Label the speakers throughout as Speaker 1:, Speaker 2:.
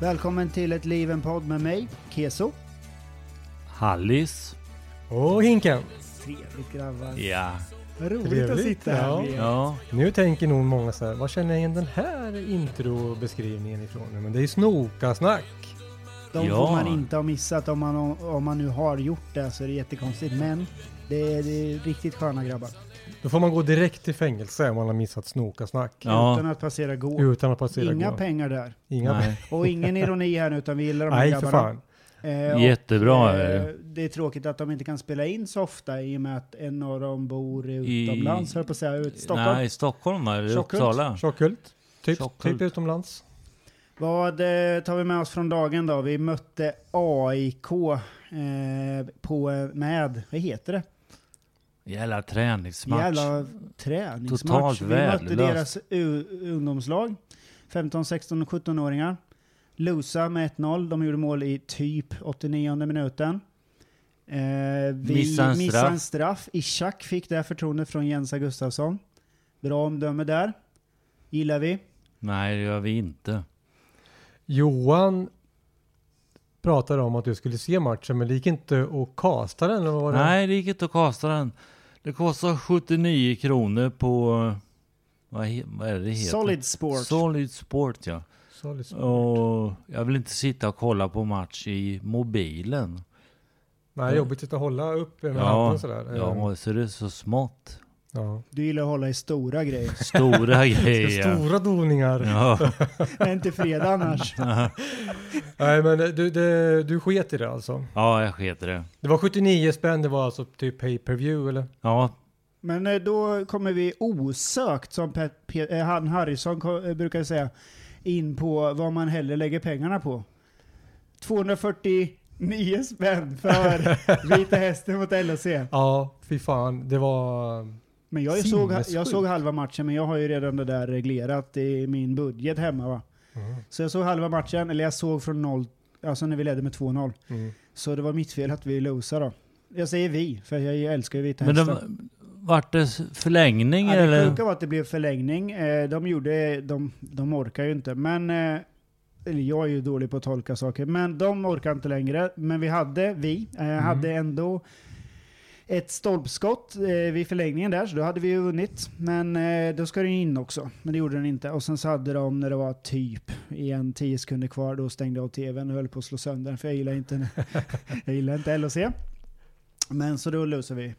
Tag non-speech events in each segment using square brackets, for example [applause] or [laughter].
Speaker 1: Välkommen till ett liv, en podd med mig, Keso.
Speaker 2: Hallis.
Speaker 3: Och Hinken.
Speaker 1: Trevligt grabbar.
Speaker 2: Ja.
Speaker 1: Vad roligt att
Speaker 3: Trevligt,
Speaker 1: sitta här
Speaker 3: ja.
Speaker 1: med er.
Speaker 2: Ja.
Speaker 3: Nu tänker nog många så här, vad känner jag igen den här introbeskrivningen ifrån? nu? Men det är ju snokasnack.
Speaker 1: De
Speaker 2: Ja.
Speaker 1: får man inte ha missat om man, om man nu har gjort det så är det jättekonstigt. Men det är, det är riktigt sköna grabbar.
Speaker 3: Då får man gå direkt till fängelse om man har missat snokasnack.
Speaker 2: Ja.
Speaker 1: Utan att passera gå.
Speaker 3: Utan att passera
Speaker 1: Inga
Speaker 3: gå.
Speaker 1: pengar där.
Speaker 3: Inga
Speaker 2: Nej.
Speaker 1: Och ingen ironi här nu utan vi gillar de här
Speaker 3: Nej, för
Speaker 1: grabbarna.
Speaker 3: fan.
Speaker 1: Eh, och,
Speaker 2: Jättebra är
Speaker 1: eh,
Speaker 2: det.
Speaker 1: det är tråkigt att de inte kan spela in så ofta i och med att en av dem bor utomlands, höll på att säga, ut Stockholm.
Speaker 2: Nej, Stockholm eller
Speaker 1: Tjockhult.
Speaker 2: Uppsala.
Speaker 3: Tjockhult. Typ,
Speaker 2: Tjockhult.
Speaker 3: typ utomlands.
Speaker 1: Vad eh, tar vi med oss från dagen då? Vi mötte AIK eh, på, eh, med, vad heter det?
Speaker 2: Jävla träningsmatch.
Speaker 1: Jävla träningsmatch.
Speaker 2: Totalt
Speaker 1: vi mötte
Speaker 2: värdelöst.
Speaker 1: deras u- ungdomslag, 15, 16 och 17-åringar. Lusa med 1-0, de gjorde mål i typ 89 minuten. Eh, vi
Speaker 2: Missade en
Speaker 1: missade en
Speaker 2: straff.
Speaker 1: straff. Ishak fick det förtroendet från Jens Gustafsson. Bra omdöme där. Gillar vi.
Speaker 2: Nej, det gör vi inte.
Speaker 3: Johan pratade om att du skulle se matchen, men det gick inte att kasta den. Eller vad var det?
Speaker 2: Nej, det gick inte att kasta den. Det kostar 79 kronor på... eh, Vad, he, vad är det det heter?
Speaker 1: Solid sport.
Speaker 2: Solid Sport, ja.
Speaker 3: Så liksom.
Speaker 2: Och jag vill inte sitta och kolla på match i mobilen.
Speaker 3: Nej, jobbigt att hålla upp med
Speaker 2: Ja,
Speaker 3: handen sådär.
Speaker 2: ja, så det är så smått.
Speaker 3: ja.
Speaker 1: Du gillar att hålla i stora grejer.
Speaker 2: Stora
Speaker 3: Det är
Speaker 2: grejer.
Speaker 3: Stora doningar.
Speaker 2: Ja.
Speaker 1: Det är inte
Speaker 2: [laughs]
Speaker 1: fredag annars.
Speaker 3: Nej, men du, det, du sket i det alltså.
Speaker 2: ja, jag sket i det.
Speaker 3: Det var 79 spänn, det var alltså typ pay per view eller?
Speaker 2: Ja,
Speaker 1: Men eh, då kommer vi osökt, som Pe- Pe- eh, han Harrison ko- eh, brukar säga, in på vad man hellre lägger pengarna på. 249 spänn
Speaker 2: [laughs]
Speaker 1: för Vita Hästen mot LHC.
Speaker 3: Ja, fy fan. Det var...
Speaker 1: Men jag såg, jag
Speaker 3: Sinnessjukt.
Speaker 1: såg halva matchen, men jag har ju redan det där reglerat i min budget hemma va.
Speaker 3: Mm-hmm.
Speaker 1: Så jag såg halva matchen, eller jag såg från 0, alltså när vi ledde med 2-0.
Speaker 3: Mm.
Speaker 1: Så det var mitt fel att vi losade då. Jag säger vi, för jag älskar ju Vita
Speaker 2: Men
Speaker 1: Hästen.
Speaker 2: de, vart det s- förlängning
Speaker 1: Ja, det
Speaker 2: eller?
Speaker 1: sjuka var att det blev förlängning. Eh, De gjorde, de, de orkar ju inte. Men, eh, eller jag är ju dålig på att tolka saker, men de orkar inte längre. Men vi hade, vi, eh,
Speaker 3: Mm.
Speaker 1: hade ändå ett stolpskott eh, vid förlängningen där, så då hade vi ju vunnit. Men eh, då ska den ju in också, men det gjorde den inte. Och sen så hade de, när det var typ igen 10 sekunder kvar, då stängde jag av tvn och höll på att slå sönder den, för jag gillar inte, [laughs] jag gillar inte LHC. Men så då löser vi.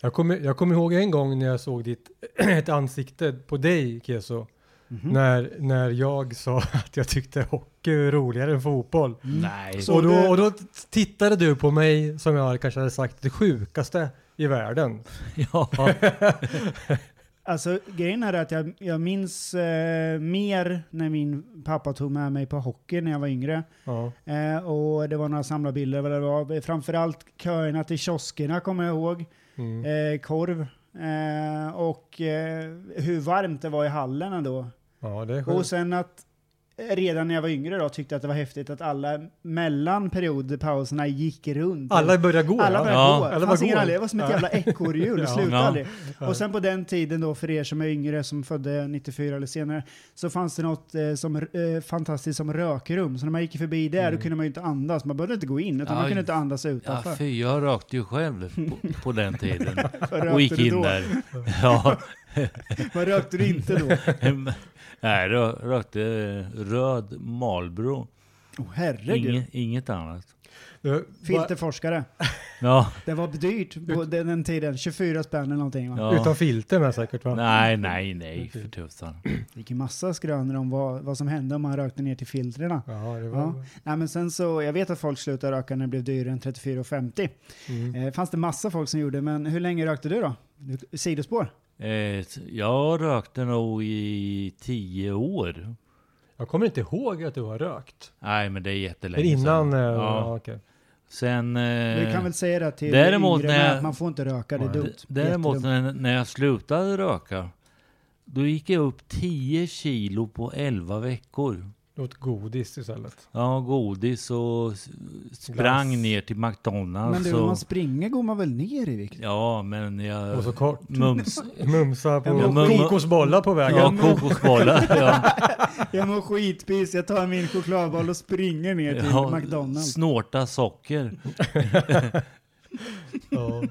Speaker 3: Jag kommer jag kommer ihåg en gång när jag såg ditt [clears throat] ett ansikte på dig, Keso.
Speaker 1: Mhm.
Speaker 3: När, när jag sa [laughs] att jag tyckte hockey var roligare än fotboll.
Speaker 2: Nej.
Speaker 1: Mm. Så
Speaker 3: och, då,
Speaker 1: du-
Speaker 3: och då tittade du på mig som jag kanske hade sagt det sjukaste i världen.
Speaker 2: [laughs] Ja.
Speaker 1: Alltså grejen här är att jag, jag minns eh, mer när min pappa tog med mig på hockey när jag var yngre.
Speaker 3: [laughs] Ja.
Speaker 1: Eh, och det var några samlarbilder vad det var. Framförallt köerna till kioskerna kommer jag ihåg.
Speaker 3: Mm.
Speaker 1: Eh, korv. Eh, och eh, hur varmt det var i hallen ändå.
Speaker 3: ja, det är
Speaker 1: Och
Speaker 3: sjukt.
Speaker 1: sen att eh, redan när jag var yngre då tyckte jag att det var häftigt att alla mellan periodpauserna gick runt.
Speaker 3: Alla började gå.
Speaker 1: Alla
Speaker 3: ja.
Speaker 1: började
Speaker 2: Ja.
Speaker 1: gå.
Speaker 3: Alla
Speaker 1: Det fanns
Speaker 3: började
Speaker 1: ingen
Speaker 3: gå.
Speaker 1: anledning. Det var som ett jävla ekorrhjul. Det
Speaker 3: Ja.
Speaker 1: slutade
Speaker 2: Ja.
Speaker 1: aldrig. Och sen på den tiden då, för er som är yngre, som födde 94 eller senare, så fanns det något eh, som, eh, fantastiskt som rökrum. Så när man gick förbi där, då kunde man ju inte andas. Man behövde inte gå in, utan man
Speaker 2: Mm. Aj.
Speaker 1: kunde inte andas
Speaker 2: ja,
Speaker 1: utanför.
Speaker 2: fy, jag rökte ju själv på, på den tiden.
Speaker 1: Vad [laughs]
Speaker 2: Och
Speaker 1: rökte
Speaker 2: gick
Speaker 1: du
Speaker 2: in
Speaker 1: då?
Speaker 2: där.
Speaker 1: [laughs]
Speaker 2: Ja. [laughs]
Speaker 1: Vad rökte du inte då?
Speaker 2: Nej, rö- rökte röd Marlboro.
Speaker 1: Åh herregud.
Speaker 2: Inge, inget annat.
Speaker 3: Du, va-
Speaker 1: Filterforskare.
Speaker 2: Ja.
Speaker 1: Det var dyrt på den, den tiden. 24 spänn eller någonting va?
Speaker 2: ja.
Speaker 3: Utan filter med säkert va?
Speaker 2: Nej, nej, nej för tusan.
Speaker 1: Det gick ju massa skrönor om vad, vad som hände om man rökte ner till filtrerna.
Speaker 3: Ja, det var...
Speaker 1: Ja. Nej, men sen så, jag vet att folk slutade röka när det blev dyrare än 34,50.
Speaker 3: Mm.
Speaker 1: Eh, fanns det massa folk som gjorde, men hur länge rökte du då? Du- Sidospår?
Speaker 2: Eh, Jag rökte nog i tio år.
Speaker 3: Jag kommer inte ihåg att du har rökt.
Speaker 2: Nej, men det är jättelänge
Speaker 3: Men innan...
Speaker 2: sedan.
Speaker 3: eh,
Speaker 2: Ja.
Speaker 3: Ja. okej.
Speaker 2: Sen... eh,
Speaker 1: Vi kan väl säga det till
Speaker 2: däremot
Speaker 1: yngre
Speaker 2: när-
Speaker 1: med att man får inte röka, det är
Speaker 3: Nej.
Speaker 1: dumt.
Speaker 2: D- Däremot
Speaker 1: Jättedumt.
Speaker 2: när, när jag slutade röka, då gick jag upp 10 kilo på 11 veckor.
Speaker 3: Åt godis istället.
Speaker 2: Ja, godis och s- sprang
Speaker 3: Glass.
Speaker 2: ner till McDonalds.
Speaker 1: Men du,
Speaker 2: och,
Speaker 1: om man springer går man väl ner i vikt?
Speaker 2: Ja, men jag...
Speaker 3: Och så kort.
Speaker 2: Mums.
Speaker 3: [laughs] Mumsa på
Speaker 1: Ja,
Speaker 2: men-
Speaker 3: kokosbollar på vägen.
Speaker 2: Ja, kokosbollar. ja.
Speaker 1: Jag mår skitpis, jag tar min chokladboll och springer ner till
Speaker 2: Ja,
Speaker 1: McDonalds.
Speaker 2: Snorta socker.
Speaker 3: Ja.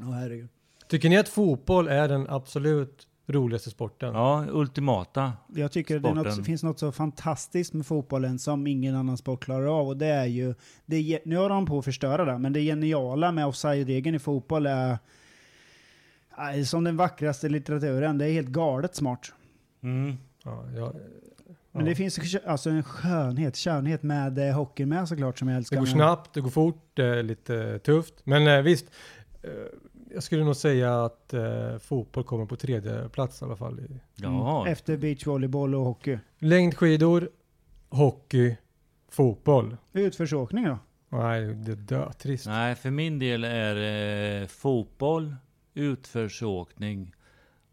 Speaker 1: Åh herregud.
Speaker 3: Tycker ni att fotboll är den absolut roligaste sporten?
Speaker 2: Ja, ultimata.
Speaker 1: Jag tycker det, är något,
Speaker 2: Sporten.
Speaker 1: det finns något så fantastiskt med fotbollen som ingen annan sport klarar av och det är ju, det är, ge- nu har de på att förstöra det, men det geniala med offside-regeln i fotboll är är som den vackraste litteraturen, det är helt galet smart.
Speaker 2: Mm.
Speaker 3: Ja, ja.
Speaker 1: Men det finns ju kö- alltså en skönhet, skönhet med eh, hockeyn med såklart som jag älskar.
Speaker 3: Det går
Speaker 1: Men-
Speaker 3: snabbt, det går fort, det är lite tufft. Men eh, visst, eh, jag skulle nog säga att eh, fotboll kommer på tredje plats i alla fall. i-
Speaker 2: Ja.
Speaker 1: Mm. Efter beachvolleyboll och hockey.
Speaker 3: Längdskidor, hockey, fotboll.
Speaker 1: Utförsåkning då?
Speaker 3: Nej, det är dötrist.
Speaker 2: Nej, för min del är det fotboll, utförsåkning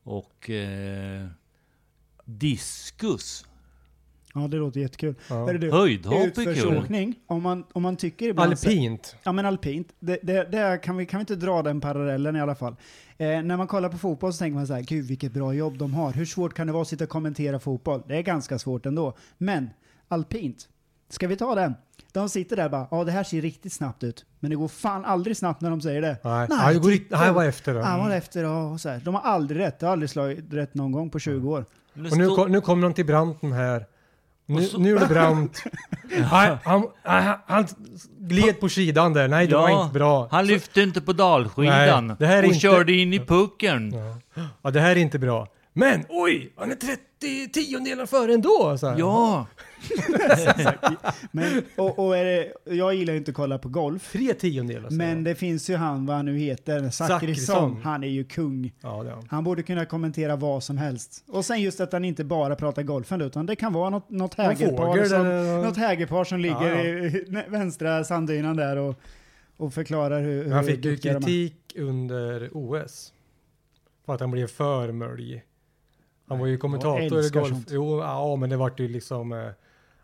Speaker 2: och eh, diskus.
Speaker 1: Ja, det låter jättekul.
Speaker 3: Ja.
Speaker 1: Är det du?
Speaker 2: Höjdhopp är kul.
Speaker 1: Utförsåkning, om man, om man tycker ibland...
Speaker 3: Alpint.
Speaker 1: Ja men alpint, det, det, det kan, vi, kan vi inte dra den parallellen i alla fall. Eh, när man kollar på fotboll så tänker man så här, gud vilket bra jobb de har. Hur svårt kan det vara att sitta och kommentera fotboll? Det är ganska svårt ändå. Men alpint, ska vi ta den? De sitter där och bara, ja det här ser riktigt snabbt ut. Men det går fan aldrig snabbt när de säger det.
Speaker 3: Nej,
Speaker 1: Nej,
Speaker 3: Nej det
Speaker 1: titta.
Speaker 3: går riktigt... Nej, vad efter Mm. det.
Speaker 1: Han var efter ja, och så här. De har aldrig rätt, de har aldrig slagit rätt någon gång på
Speaker 3: Mm.
Speaker 1: 20 år.
Speaker 2: Nu
Speaker 3: Och nu,
Speaker 2: stå-
Speaker 3: kom, nu kommer de till Branten här.
Speaker 2: Och
Speaker 3: Nu,
Speaker 2: så-
Speaker 3: nu är det
Speaker 2: [laughs]
Speaker 3: Brant. Nej, han, han, han gled på sidan där. Nej, det var inte bra.
Speaker 2: Han lyfte inte på dalskidan
Speaker 3: Nej, det här är
Speaker 2: och
Speaker 3: inte-
Speaker 2: körde in i pucken.
Speaker 3: Ja. ja, det här är inte bra. Men oj, han är 30 tiondelar före ändå. Så här.
Speaker 2: Ja,
Speaker 1: Men, och, och är det, jag gillar ju inte att kolla på golf.
Speaker 3: Tre tiondelar. så här.
Speaker 1: Men det finns ju han, vad han nu heter, Zachrisson.
Speaker 3: Zachrisson.
Speaker 1: Han är ju kung.
Speaker 3: Ja, det är han.
Speaker 1: Han borde kunna kommentera vad som helst. Och sen just att han inte bara pratar golfen utan det kan vara något, något,
Speaker 3: Någon
Speaker 1: hägerpar,
Speaker 3: fågel
Speaker 1: som,
Speaker 3: eller-
Speaker 1: något hägerpar som ligger
Speaker 3: Ja,
Speaker 1: i i vänstra sanddynan där och, och förklarar hur...
Speaker 3: Men
Speaker 1: hur
Speaker 3: han fick ju
Speaker 1: duktiga de är.
Speaker 3: kritik under OS. För att han blev för mörlig. Han var ju kommentator i
Speaker 1: älskar
Speaker 3: golf.
Speaker 1: sånt.
Speaker 3: Jo, ja, men det vart ju liksom... eh,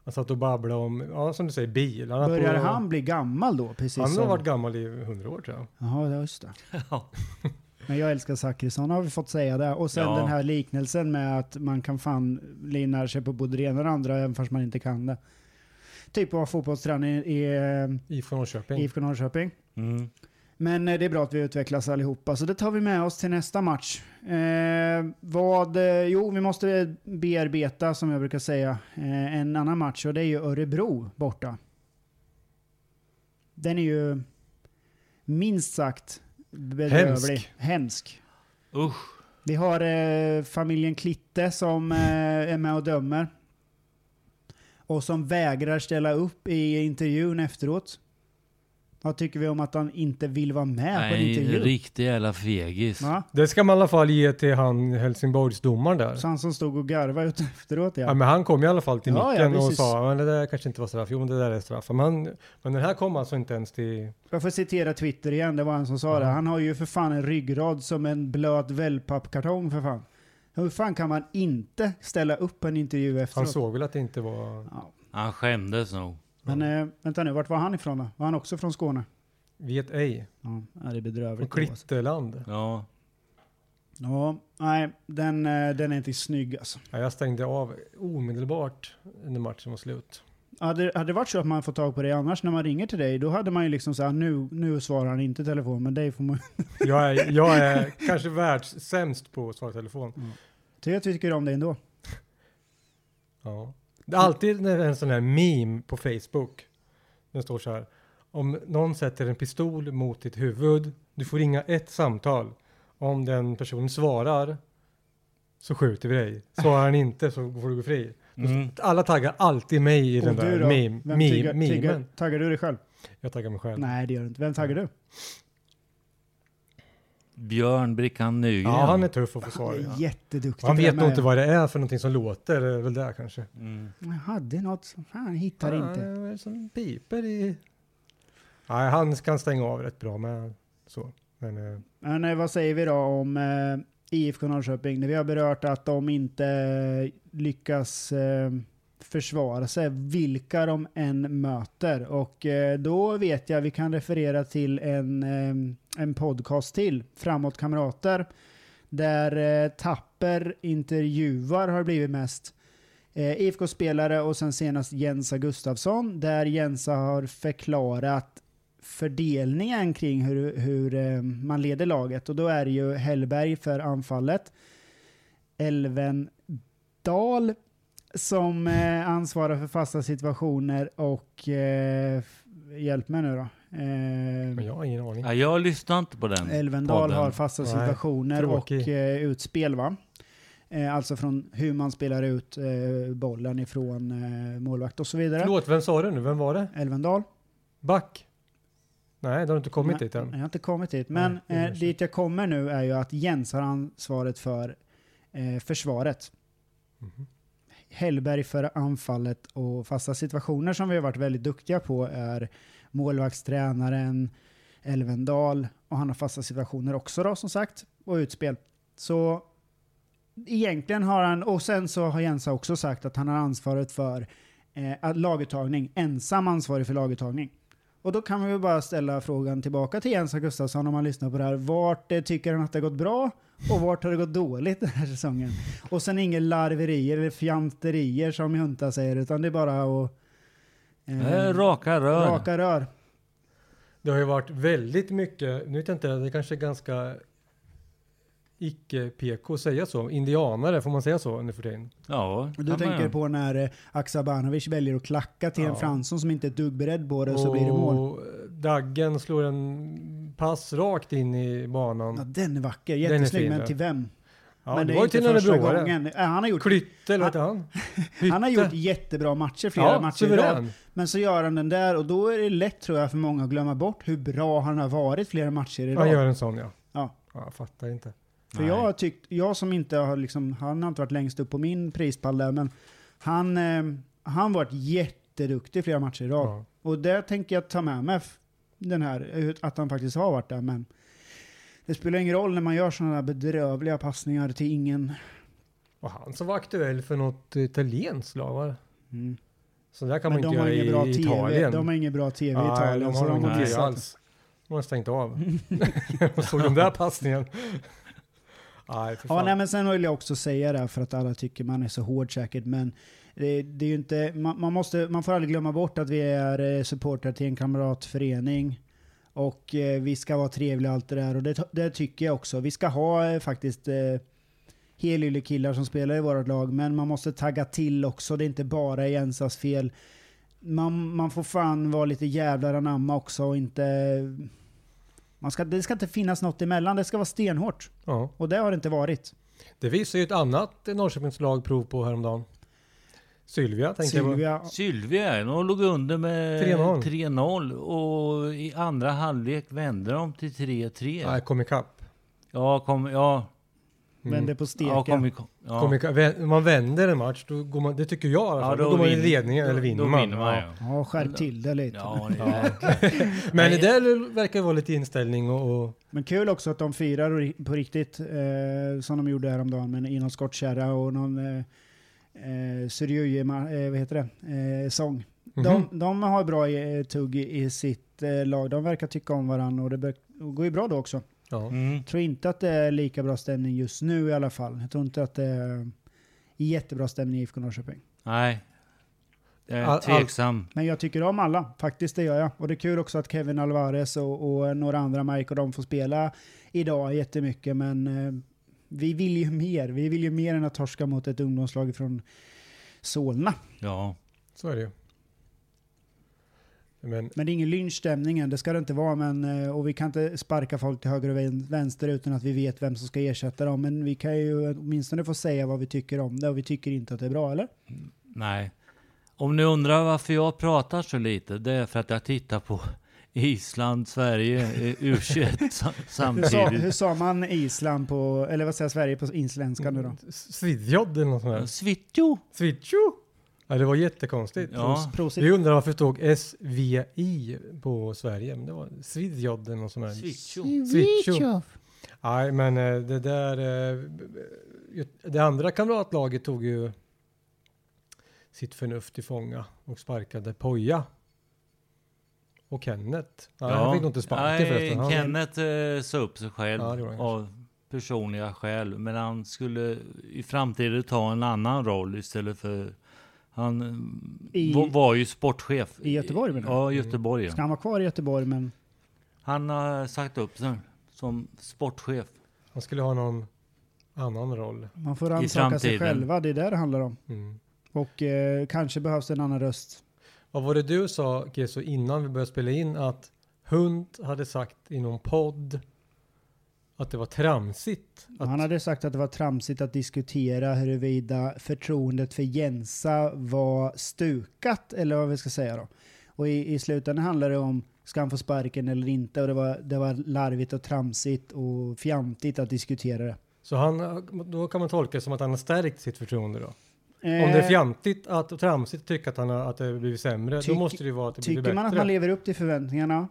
Speaker 3: Han satt och babblade om, ja, som du säger, bilarna.
Speaker 1: Börjar
Speaker 3: på-
Speaker 1: han bli gammal då? Precis
Speaker 3: Han har
Speaker 1: som-
Speaker 3: varit gammal i 100 år tror jag.
Speaker 1: Jaha, ja, just det.
Speaker 2: [laughs] Ja.
Speaker 1: Men jag älskar Zachrisson har vi fått säga det. Och sen
Speaker 2: Ja.
Speaker 1: den här liknelsen med att man kan fan linna sig på både det ena och det andra även fast man inte kan det. Typ att vara fotbollstränare i eh,
Speaker 3: IFK Norrköping.
Speaker 1: IFK Norrköping.
Speaker 2: mm.
Speaker 1: Men eh, det är bra att vi utvecklas allihopa, så det tar vi med oss till nästa match. Eh, vad, eh, jo, vi måste bearbeta, som jag brukar säga, eh, en annan match och det är ju Örebro borta. Den är ju minst sagt bedrövlig.
Speaker 3: Hemsk.
Speaker 1: Hemsk.
Speaker 2: usch.
Speaker 1: Vi har eh, familjen Klitte som eh, är med och dömer. Och som vägrar ställa upp i intervjun efteråt. Vad tycker vi om att han inte vill vara med på en
Speaker 2: Nej,
Speaker 1: intervju?
Speaker 2: riktig jävla fegis.
Speaker 1: Va?
Speaker 3: Det ska man i alla fall ge till han Helsingborgsdomaren där.
Speaker 1: Så han som stod och garvade ut efteråt
Speaker 3: Ja.
Speaker 1: ja.
Speaker 3: men han kom i alla fall till
Speaker 1: Ja, ja,
Speaker 3: micken och
Speaker 1: precis.
Speaker 3: sa men det där kanske inte var straff. Jo men det där är straff. Men, han, men den här kom alltså inte ens till...
Speaker 1: Jag får citera Twitter igen, det var han som sa
Speaker 3: Ja.
Speaker 1: det. Han har ju för fan en ryggrad som en blöt wellpappkartong för fan. Hur fan kan man inte ställa upp på en intervju
Speaker 3: Han
Speaker 1: efteråt?
Speaker 3: såg väl att det inte var...
Speaker 1: Ja.
Speaker 2: Han skämdes nog.
Speaker 1: Men eh, vänta nu, vart var han ifrån då? Var han också från Skåne?
Speaker 3: Vet ej.
Speaker 1: Ja, ja, det är bedrövligt.
Speaker 3: Från
Speaker 1: då, alltså.
Speaker 3: Klitteland.
Speaker 2: Ja.
Speaker 1: Ja, nej, den, eh, den är inte snygg alltså.
Speaker 3: Ja, jag stängde av omedelbart när matchen var slut.
Speaker 1: Hade, hade det varit så att man får tag på dig annars när man ringer till dig, då hade man ju liksom såhär, nu, nu svarar han inte i telefon, men dig får [laughs] man...
Speaker 3: Jag är,
Speaker 1: [laughs]
Speaker 3: jag är kanske världssämst på att svara i telefon.
Speaker 1: Ty jag tycker om dig ändå.
Speaker 3: Ja. Det är alltid när det är en sån här meme på Facebook. Den står så här. Om någon sätter en pistol mot ditt huvud, du får ringa ett samtal. Om den personen svarar så skjuter vi dig. Svarar han inte så får du gå fri.
Speaker 2: Mm.
Speaker 3: Alla taggar alltid mig i den
Speaker 1: Och
Speaker 3: där
Speaker 1: då?
Speaker 3: meme,
Speaker 1: Vem
Speaker 3: meme,
Speaker 1: tyggar-
Speaker 3: memen.
Speaker 1: tyggar- Taggar du dig själv?
Speaker 3: Jag taggar mig själv.
Speaker 1: Nej, det gör du inte. Vem taggar du?
Speaker 2: Björn Brickan Nygren.
Speaker 3: Ja, han är tuff att få
Speaker 1: Han
Speaker 3: svar
Speaker 1: är
Speaker 3: ja.
Speaker 1: jätteduktig.
Speaker 3: Han
Speaker 1: på
Speaker 3: vet
Speaker 1: det
Speaker 3: nog
Speaker 1: med-
Speaker 3: inte vad det är för någonting som låter, det är väl där kanske.
Speaker 2: Mm.
Speaker 1: Jag hade något som fan hittar inte.
Speaker 3: Ja, vad är det som piper i... Nej, han kan stänga av rätt bra med så. Men eh,
Speaker 1: Men eh, vad säger vi då om eh, IFK Norrköping? När vi har berört att de inte eh, lyckas eh, försvara sig, vilka de än möter. Och eh, då vet jag vi kan referera till en, eh, en podcast till, Framåt Kamrater, där eh, Tapper intervjuar har blivit mest eh, IFK-spelare och sen senast Jensa Gustafsson, där Jensa har förklarat fördelningen kring hur, hur eh, man leder laget. Och då är det ju Hellberg för anfallet. Elvendal som eh, ansvarar för fasta situationer och eh, f- hjälp mig nu då.
Speaker 3: men
Speaker 1: Eh,
Speaker 3: jag har ingen aning.
Speaker 2: Ja, jag lyssnar inte på den.
Speaker 1: Elvendal
Speaker 2: podden.
Speaker 1: har fasta
Speaker 3: Nej,
Speaker 1: situationer och
Speaker 3: tråkig.
Speaker 1: eh, utspel va? Eh, alltså från hur man spelar ut eh, bollen ifrån eh, målvakt och så vidare.
Speaker 3: Förlåt, vem sa du nu? Vem var det?
Speaker 1: Elvendal.
Speaker 3: Back? Nej, det har inte kommit
Speaker 1: Nej,
Speaker 3: dit än.
Speaker 1: Jag har inte kommit dit. Men
Speaker 3: Nej, det är
Speaker 1: eh,
Speaker 3: det.
Speaker 1: dit jag kommer nu är ju att Jens har ansvaret för eh, försvaret.
Speaker 3: Mhm.
Speaker 1: Hellberg för anfallet och fasta situationer som vi har varit väldigt duktiga på är målvaktstränaren, Elvendal och han har fasta situationer också då som sagt och utspel. Så egentligen har han, och sen så har Jensa också sagt att han har ansvaret för eh, att laguttagning, ensam ansvarig för laguttagning. Och då kan vi väl bara ställa frågan tillbaka till Jensa Gustafsson om han lyssnar på det här. Vart eh, tycker han att det har gått bra och vart har det gått dåligt den här säsongen? Och sen inga larverier eller fjanterier som Junta säger, utan det är bara att...
Speaker 2: Eh, Raka rör.
Speaker 1: Raka rör.
Speaker 3: Det har ju varit väldigt mycket, nu vet jag inte, det kanske är ganska icke-PK att säga så. Indianare, får man säga så nu för tiden?
Speaker 2: Ja,
Speaker 1: Och Du
Speaker 2: kan man
Speaker 1: tänker
Speaker 2: göra.
Speaker 1: på när eh, Aksabanovic väljer att klacka till en
Speaker 3: Ja.
Speaker 1: Fransson som inte är ett dugg beredd på det och så blir det mål.
Speaker 3: Och Daggen slår en pass rakt in i
Speaker 1: Ja,
Speaker 3: banan.
Speaker 1: den är vacker,
Speaker 3: Den är
Speaker 1: jättesnygg,
Speaker 3: fin,
Speaker 1: men
Speaker 3: ja.
Speaker 1: till vem?
Speaker 3: Ja,
Speaker 1: men
Speaker 3: det, var ju till en örebroare.
Speaker 1: Eh, Han har gjort,
Speaker 3: Klytte, eller vad hette han?
Speaker 1: han har
Speaker 3: Hytte.
Speaker 1: gjort jättebra matcher, flera matcher i rad.
Speaker 3: suverän.
Speaker 1: Men så gör han den där och då är det lätt tror jag för många att glömma bort hur bra han har varit flera matcher i
Speaker 3: Han
Speaker 1: rad.
Speaker 3: gör en sån ja.
Speaker 1: Ja.
Speaker 3: jag fattar inte.
Speaker 1: För jag har tyckt, jag som inte har liksom, han har inte varit längst upp på min prispall där, men han, eh, han varit jätteduktig flera matcher i rad.
Speaker 3: Ja.
Speaker 1: Och det tänker jag ta med mig, f- den här, hur- att han faktiskt har varit där. Men det spelar ingen roll när man gör sådana där bedrövliga passningar till ingen.
Speaker 3: Och han som var aktuell för något italienskt lag va?
Speaker 1: Mm.
Speaker 3: Så där kan
Speaker 1: Men
Speaker 3: man
Speaker 1: de
Speaker 3: inte
Speaker 1: har,
Speaker 3: göra
Speaker 1: ingen bra
Speaker 3: i
Speaker 1: TV,
Speaker 3: Italien.
Speaker 1: de har ingen bra tv i
Speaker 3: Nej,
Speaker 1: Italien.
Speaker 3: de
Speaker 1: så
Speaker 3: har nog
Speaker 1: de
Speaker 3: inte
Speaker 1: har
Speaker 3: det
Speaker 1: missat.
Speaker 3: alls. De har
Speaker 1: [laughs]
Speaker 3: stängt av. [laughs] Jag såg de där passningen. Nej, för
Speaker 1: Ja,
Speaker 3: fan.
Speaker 1: nej, men sen vill jag också säga det här för att alla tycker man är så hård säkert, men det, det är ju inte, man, man, måste, man får aldrig glömma bort att vi är eh, supportrar till en kamratförening och eh, vi ska vara trevliga och allt det där och det, det tycker jag också. Vi ska ha eh, faktiskt eh, killar som spelar i vårt lag, men man måste tagga till också. Det är inte bara Jensas fel. Man, man får fan vara lite jävlar anamma också och inte... Man ska, det ska inte finnas något emellan, det ska vara stenhårt.
Speaker 3: ja.
Speaker 1: Och det har det inte varit.
Speaker 3: Det visar ju ett annat Norrköpingslag prov på häromdagen. Sylvia tänker jag på.
Speaker 2: Mm.
Speaker 1: Sylvia,
Speaker 2: Sylvia, de låg under med
Speaker 3: 3-0.
Speaker 2: 3-0 och i andra halvlek vände de till 3-3.
Speaker 3: Nej, kom ikapp.
Speaker 2: Ja, kom, ja,
Speaker 3: Mm.
Speaker 1: vände på steken.
Speaker 2: ja, kom, i- kom, ja.
Speaker 3: Kom ikapp. Vä- Om man vänder en match, då går man, det tycker jag i alla fall, då, går man i
Speaker 2: vin-
Speaker 3: ledningen,
Speaker 2: då-
Speaker 3: eller vinner
Speaker 2: då
Speaker 3: man.
Speaker 2: Vinner man
Speaker 3: Ja.
Speaker 2: ja.
Speaker 1: ja, skärp till det lite.
Speaker 2: Ja, det är verkligen.
Speaker 3: Men
Speaker 2: Nej.
Speaker 3: det där verkar vara lite inställning och... och
Speaker 1: Men kul också att de firar ri- på riktigt, eh, som de gjorde häromdagen, men i någon skottkärra och någon eh, eh, Syrjöje, eh, vad heter det, eh, sång.
Speaker 3: Mhm.
Speaker 1: De, de har bra eh, tugg i, i sitt eh, lag, de verkar tycka om varandra och det bör, och går ju bra då också.
Speaker 3: ja.
Speaker 2: Mm.
Speaker 1: Jag tror inte att det är lika bra stämning just nu i alla fall. Jag tror inte att det är jättebra stämning i IFK Norrköping.
Speaker 2: Nej. Jag
Speaker 3: All-
Speaker 2: är
Speaker 3: all-
Speaker 2: tveksam.
Speaker 1: Men jag tycker om alla, faktiskt det gör jag. Och det är kul också att Kevin Alvarez och, och några andra, Mike och de får spela idag jättemycket. Men eh, vi vill ju mer. Vi vill ju mer än att torska mot ett ungdomslag från Solna.
Speaker 2: Ja.
Speaker 3: Så är det ju. Men
Speaker 1: Men det är ingen lynchstämning än, det ska det inte vara. Men, eh, och vi kan inte sparka folk till höger och vän- vänster utan att vi vet vem som ska ersätta dem. Men vi kan ju åtminstone få säga vad vi tycker om det och vi tycker inte att det är bra, eller?
Speaker 2: Nej. Om ni undrar varför jag pratar så lite, det är för att jag tittar på Island, Sverige, eh, U21
Speaker 3: [laughs]
Speaker 2: sa-
Speaker 1: Hur sa, hur
Speaker 2: samtidigt.
Speaker 1: sa man Island på, eller vad säger jag, Sverige på isländska nu då?
Speaker 3: Svidjod eller något sånt
Speaker 2: Mm.
Speaker 3: där.
Speaker 2: Svitjo!
Speaker 3: Svitjo! Ja, det var jättekonstigt.
Speaker 2: Ja,
Speaker 1: Prosit.
Speaker 3: Vi undrar varför det stod SVI på Sverige, men det var Svidjod eller något sånt där.
Speaker 2: svitjo.
Speaker 3: Svitjo. Nej, men eh, det där... eh, Det andra kamratlaget tog ju sitt förnuft i fånga och sparkade Poja. Och Kenneth. Nej, han fick nog inte sparken förresten. Han,
Speaker 2: Nej, Kenneth eh, sa upp sig själv
Speaker 3: Ja, det gjorde han
Speaker 2: av personliga skäl. Men han skulle i framtiden ta en annan roll istället för... Han eh,
Speaker 1: I-
Speaker 2: var, var ju sportchef.
Speaker 1: I Göteborg menar du?
Speaker 2: Ja, i Göteborg.
Speaker 1: Ska
Speaker 2: Ja.
Speaker 1: han vara kvar i Göteborg men...
Speaker 2: Han har sagt upp sig som sportchef.
Speaker 3: han skulle ha någon annan roll.
Speaker 1: Man får rannsaka sig
Speaker 2: framtiden.
Speaker 1: själva, det är det det handlar om.
Speaker 3: Mm.
Speaker 1: Och eh, kanske behövs en annan röst.
Speaker 3: Vad var det du sa, Keso, innan vi började spela in att Hunt hade sagt i någon podd att det var tramsigt. Att,
Speaker 1: Han hade sagt att det var tramsigt att diskutera huruvida förtroendet för Jensa var stukat, eller vad vi ska säga då. Och i, i slutändan handlar det om, ska han få sparken eller inte? Och det var, det var larvigt och tramsigt och fjantigt att diskutera det.
Speaker 3: Så han, då kan man tolka det som att han har stärkt sitt förtroende då?
Speaker 1: Eh,
Speaker 3: Om det är fjantigt att, och tramsigt att tycka att, han har, att det har blivit sämre,
Speaker 1: Tyck-
Speaker 3: då måste det ju vara att det blir
Speaker 1: Tycker
Speaker 3: bättre.
Speaker 1: man att man lever upp till förväntningarna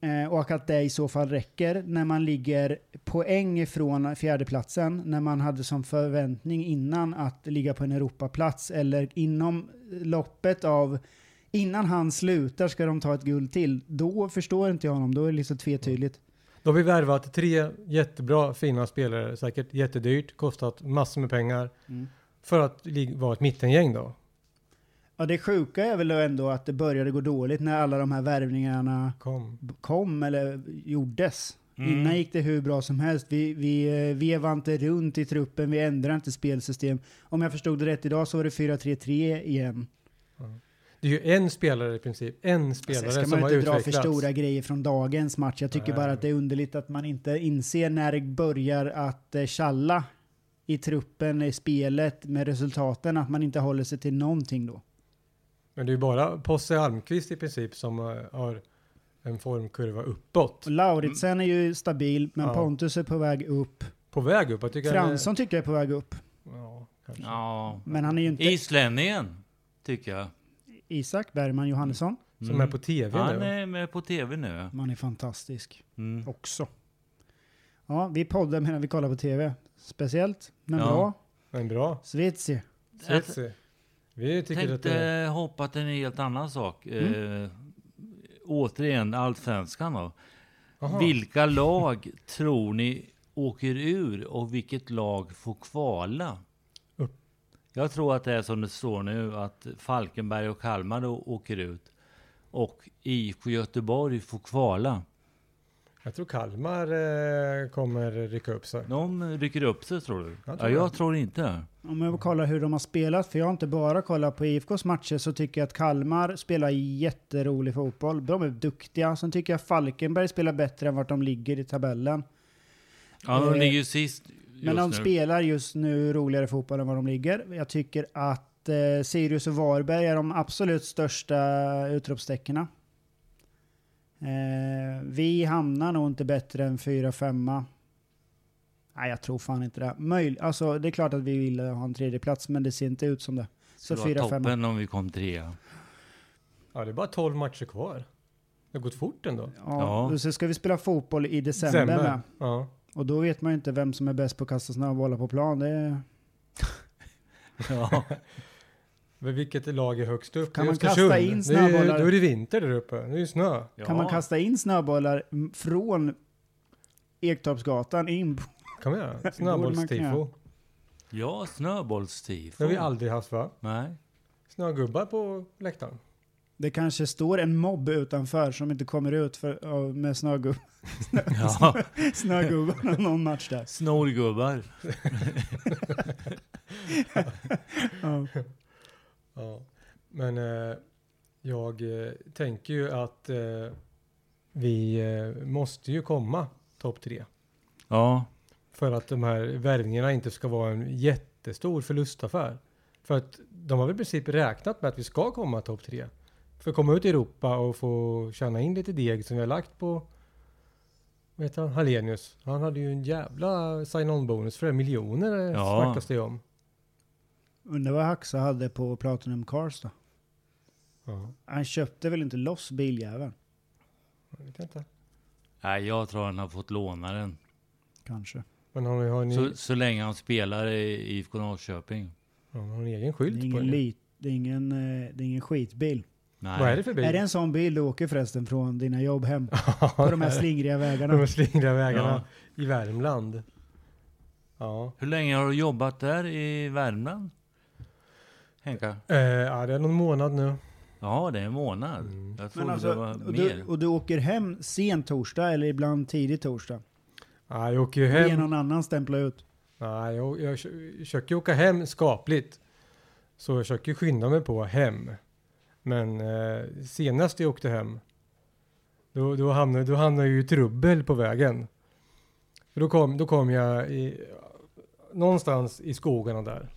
Speaker 1: eh, och att det i så fall räcker när man ligger poäng ifrån fjärdeplatsen när man hade som förväntning innan att ligga på en Europaplats eller inom loppet av Innan han slutar ska de ta ett guld till. Då förstår inte jag honom. Då är det liksom tvetydigt.
Speaker 3: Då har vi värvat tre jättebra, fina spelare, säkert jättedyrt, kostat massor med pengar,
Speaker 1: Mm.
Speaker 3: för att lig- vara ett mittengäng då.
Speaker 1: Ja, det sjuka är väl ändå att det började gå dåligt när alla de här värvningarna
Speaker 3: Kom.
Speaker 1: kom eller gjordes.
Speaker 2: Mm.
Speaker 1: Innan gick det hur bra som helst. Vi, vi eh, vevade inte runt i truppen, vi ändrade inte spelsystem. Om jag förstod det rätt idag så var det 4-3-3 igen.
Speaker 3: Det är ju en spelare i princip, en spelare
Speaker 1: Sen Alltså, ska
Speaker 3: som
Speaker 1: man
Speaker 3: har
Speaker 1: ju inte dra
Speaker 3: utvecklats.
Speaker 1: för stora grejer från dagens match. Jag tycker
Speaker 3: Nej.
Speaker 1: bara att det är underligt att man inte inser när det börjar att eh, tjalla i truppen, i spelet, med resultaten, att man inte håller sig till någonting då.
Speaker 3: Men det är ju bara Posse Almqvist i princip som eh, har en formkurva uppåt.
Speaker 1: Och Lauritsen är ju stabil, men
Speaker 3: Ja.
Speaker 1: Pontus är på väg upp.
Speaker 3: På väg upp. Jag tycker han är-
Speaker 1: Fransson tycker jag är på väg upp,
Speaker 3: Ja, kanske.
Speaker 2: Ja.
Speaker 1: men han är ju inte...
Speaker 2: Islänningen, tycker jag.
Speaker 1: Isak Bergman Johannesson.
Speaker 3: Som
Speaker 2: Mm.
Speaker 3: är på tv
Speaker 2: Han
Speaker 3: nu.
Speaker 2: är med på tv nu.
Speaker 1: Man är fantastisk
Speaker 2: Mm.
Speaker 1: också. Ja, vi poddar medan vi kollar på tv. Speciellt, men
Speaker 2: Ja.
Speaker 1: bra.
Speaker 3: Men bra.
Speaker 1: Svitsi.
Speaker 3: Svetsig. Vi tycker att det Mm.
Speaker 2: tänkte hoppa till en helt annan sak. Eh, återigen allsvenskan då.
Speaker 3: Aha.
Speaker 2: Vilka lag tror ni åker ur och vilket lag får kvala?
Speaker 3: Upp.
Speaker 2: Jag tror att det är som det står nu att Falkenberg och Kalmar då åker ut och IFK Göteborg får kvala.
Speaker 3: Jag tror Kalmar eh, kommer rycka upp sig.
Speaker 2: De rycker upp sig tror du?
Speaker 3: Jag
Speaker 2: Jag
Speaker 3: tror
Speaker 2: tror, ja, jag
Speaker 3: det.
Speaker 2: tror inte.
Speaker 1: Om jag kollar hur de har spelat, för jag har inte bara kollat på IFKs matcher, så tycker jag att Kalmar spelar jätterolig fotboll. De är duktiga. Sen tycker jag Falkenberg spelar bättre än vart de ligger i tabellen.
Speaker 2: Ja, de
Speaker 1: Eh,
Speaker 2: ligger ju sist just
Speaker 1: Men de
Speaker 2: nu.
Speaker 1: spelar just nu roligare fotboll än vad de ligger. Jag tycker att eh, Sirius och Varberg är de absolut största utropstecknen. Eh, vi hamnar nog inte bättre än 4-5. Nej, jag tror fan inte det. Möjl- alltså, det är klart att vi vill eh, ha en tredje plats, men det ser inte ut som det. Så
Speaker 2: Det var
Speaker 1: 4-5.
Speaker 2: toppen om vi kom trea.
Speaker 3: [laughs] Ja, det är bara 12 matcher kvar. Det har gått fort ändå.
Speaker 1: Ja.
Speaker 2: Ja.
Speaker 1: Och så ska vi spela fotboll i december, Med.
Speaker 3: Ja.
Speaker 1: Och då vet man ju inte vem som är bäst på att kasta snöbollar på plan. Det är...
Speaker 2: Ja.
Speaker 3: Men vilket lag är högst upp?
Speaker 1: Kan
Speaker 3: Det är
Speaker 1: man kasta
Speaker 3: Östersund.
Speaker 1: in
Speaker 3: Det är ju-
Speaker 1: snöbollar?
Speaker 3: Då är det vinter där uppe. Det är ju snö.
Speaker 1: Kan man
Speaker 2: Ja.
Speaker 1: kasta in snöbollar m- från Ektorpsgatan in på...
Speaker 3: Kan man göra?
Speaker 1: Det borde
Speaker 3: Snöbollstifo.
Speaker 1: man
Speaker 2: Ja, snöbollstifo.
Speaker 3: Det har vi aldrig haft va?
Speaker 2: Nej.
Speaker 3: [laughs] Snögubbar på läktaren.
Speaker 1: Det kanske står en mobb utanför som inte kommer ut för, av- med snögub, [laughs]
Speaker 3: [laughs]
Speaker 2: Ja,
Speaker 1: snögubbarna någon match där.
Speaker 2: snorgubbar.
Speaker 1: Ja.
Speaker 3: Ja. Men eh, jag eh, tänker ju att eh, vi eh, måste ju komma topp tre.
Speaker 2: Ja.
Speaker 3: För att de här värvningarna inte ska vara en jättestor förlustaffär. För att de har väl i princip räknat med att vi ska komma topp tre. För att komma ut i Europa och få tjäna in lite deg som vi har lagt på vad heter han? Hallenius. Han hade ju en jävla sign-on-bonus för det. Miljoner
Speaker 2: Ja.
Speaker 3: ja. snackas det ju om.
Speaker 1: Undrar vad Haxa hade på Platinum Cars då?
Speaker 3: Ja,
Speaker 1: Han köpte väl inte loss biljäveln?
Speaker 3: jag vet inte.
Speaker 2: Nej, jag tror han har fått låna den.
Speaker 1: Kanske.
Speaker 3: Men har ni, har ni,
Speaker 2: Så, så länge han spelar i IFK Norrköping.
Speaker 3: ja, har ni egen
Speaker 1: Det är
Speaker 3: skylt på
Speaker 1: ingen,
Speaker 3: den?
Speaker 1: lit, det är ingen, eh, det är ingen skitbil.
Speaker 2: Nej.
Speaker 3: Vad är det för bil?
Speaker 1: Är det en sån bil du åker förresten från dina jobb hem?
Speaker 3: [laughs]
Speaker 1: På de här slingriga
Speaker 3: De här
Speaker 1: vägarna?
Speaker 3: slingriga vägarna i Värmland. Ja.
Speaker 2: Hur länge har du jobbat där i Värmland? Henka?
Speaker 3: Eh, ja, det är någon månad nu.
Speaker 2: Ja, det är en månad.
Speaker 3: Mm.
Speaker 2: Jag trodde
Speaker 1: Men
Speaker 2: det
Speaker 1: alltså,
Speaker 2: var
Speaker 1: och,
Speaker 2: mer.
Speaker 1: du, och du åker hem sen torsdag eller ibland tidig torsdag?
Speaker 3: Ja, jag åker ju
Speaker 1: Det är
Speaker 3: hem.
Speaker 1: någon annan stämpla ut.
Speaker 3: Nej, jag, jag kö- försöker åka hem skapligt. Så jag försöker skynda mig på hem. Men eh, senast jag åkte hem, då, då, hamnade, då hamnade jag ju i trubbel på vägen. För då kom, då kom jag i, någonstans i skogarna där.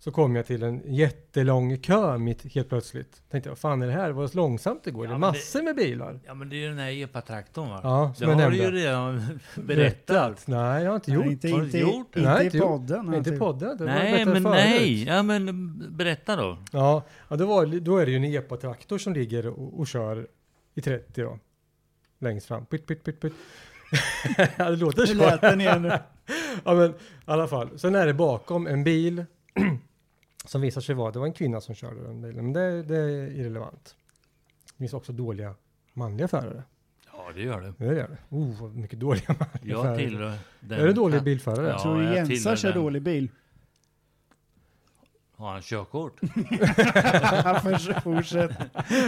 Speaker 3: Så kom jag till en jättelång kö mitt helt plötsligt. Tänkte jag, vad fan är det här? Vad långsamt det går.
Speaker 2: Ja,
Speaker 3: det är
Speaker 2: men det-
Speaker 3: massor med bilar.
Speaker 2: Ja, men det är den här epatraktorn va?
Speaker 3: Ja,
Speaker 2: det
Speaker 3: som
Speaker 2: har
Speaker 3: jag
Speaker 2: du ju
Speaker 3: nämnde.
Speaker 2: redan [laughs] berättat.
Speaker 3: Nej, jag har inte gjort.
Speaker 1: Nej, inte,
Speaker 2: Har du
Speaker 1: inte,
Speaker 2: gjort?
Speaker 1: inte
Speaker 3: Nej, inte
Speaker 1: i
Speaker 3: gjort.
Speaker 1: podden. typ. har jag
Speaker 3: inte
Speaker 1: tyckt.
Speaker 3: podden. det var
Speaker 2: Nej,
Speaker 3: bättre
Speaker 2: men
Speaker 3: förut.
Speaker 2: nej. Ja, men berätta då.
Speaker 3: Ja, ja då, var, då är det ju en EPA-traktor som ligger och, och kör i 30 då. Längst fram. Pytt, pytt, pytt, [laughs] pytt. Ja, det låter
Speaker 1: Hur
Speaker 3: så.
Speaker 1: lät den igen nu?
Speaker 3: [laughs] Ja, men i alla fall. Sen är det bakom en bil [clears throat] som visar sig vara, det var en kvinna som körde den bilen, men det, det är irrelevant. Det finns också dåliga manliga förare.
Speaker 2: Ja, det gör det.
Speaker 3: Det är det. Oh, vad mycket dåliga manliga
Speaker 2: Jag
Speaker 3: förare.
Speaker 2: tillhör den.
Speaker 3: Är du dålig bilförare?
Speaker 2: Ja,
Speaker 1: Tror du
Speaker 2: jag
Speaker 1: Jensa
Speaker 2: tillhör
Speaker 1: kör
Speaker 2: den.
Speaker 1: dålig
Speaker 3: [laughs]
Speaker 1: bil?
Speaker 2: Har han körkort?
Speaker 1: Förs- Fortsätt.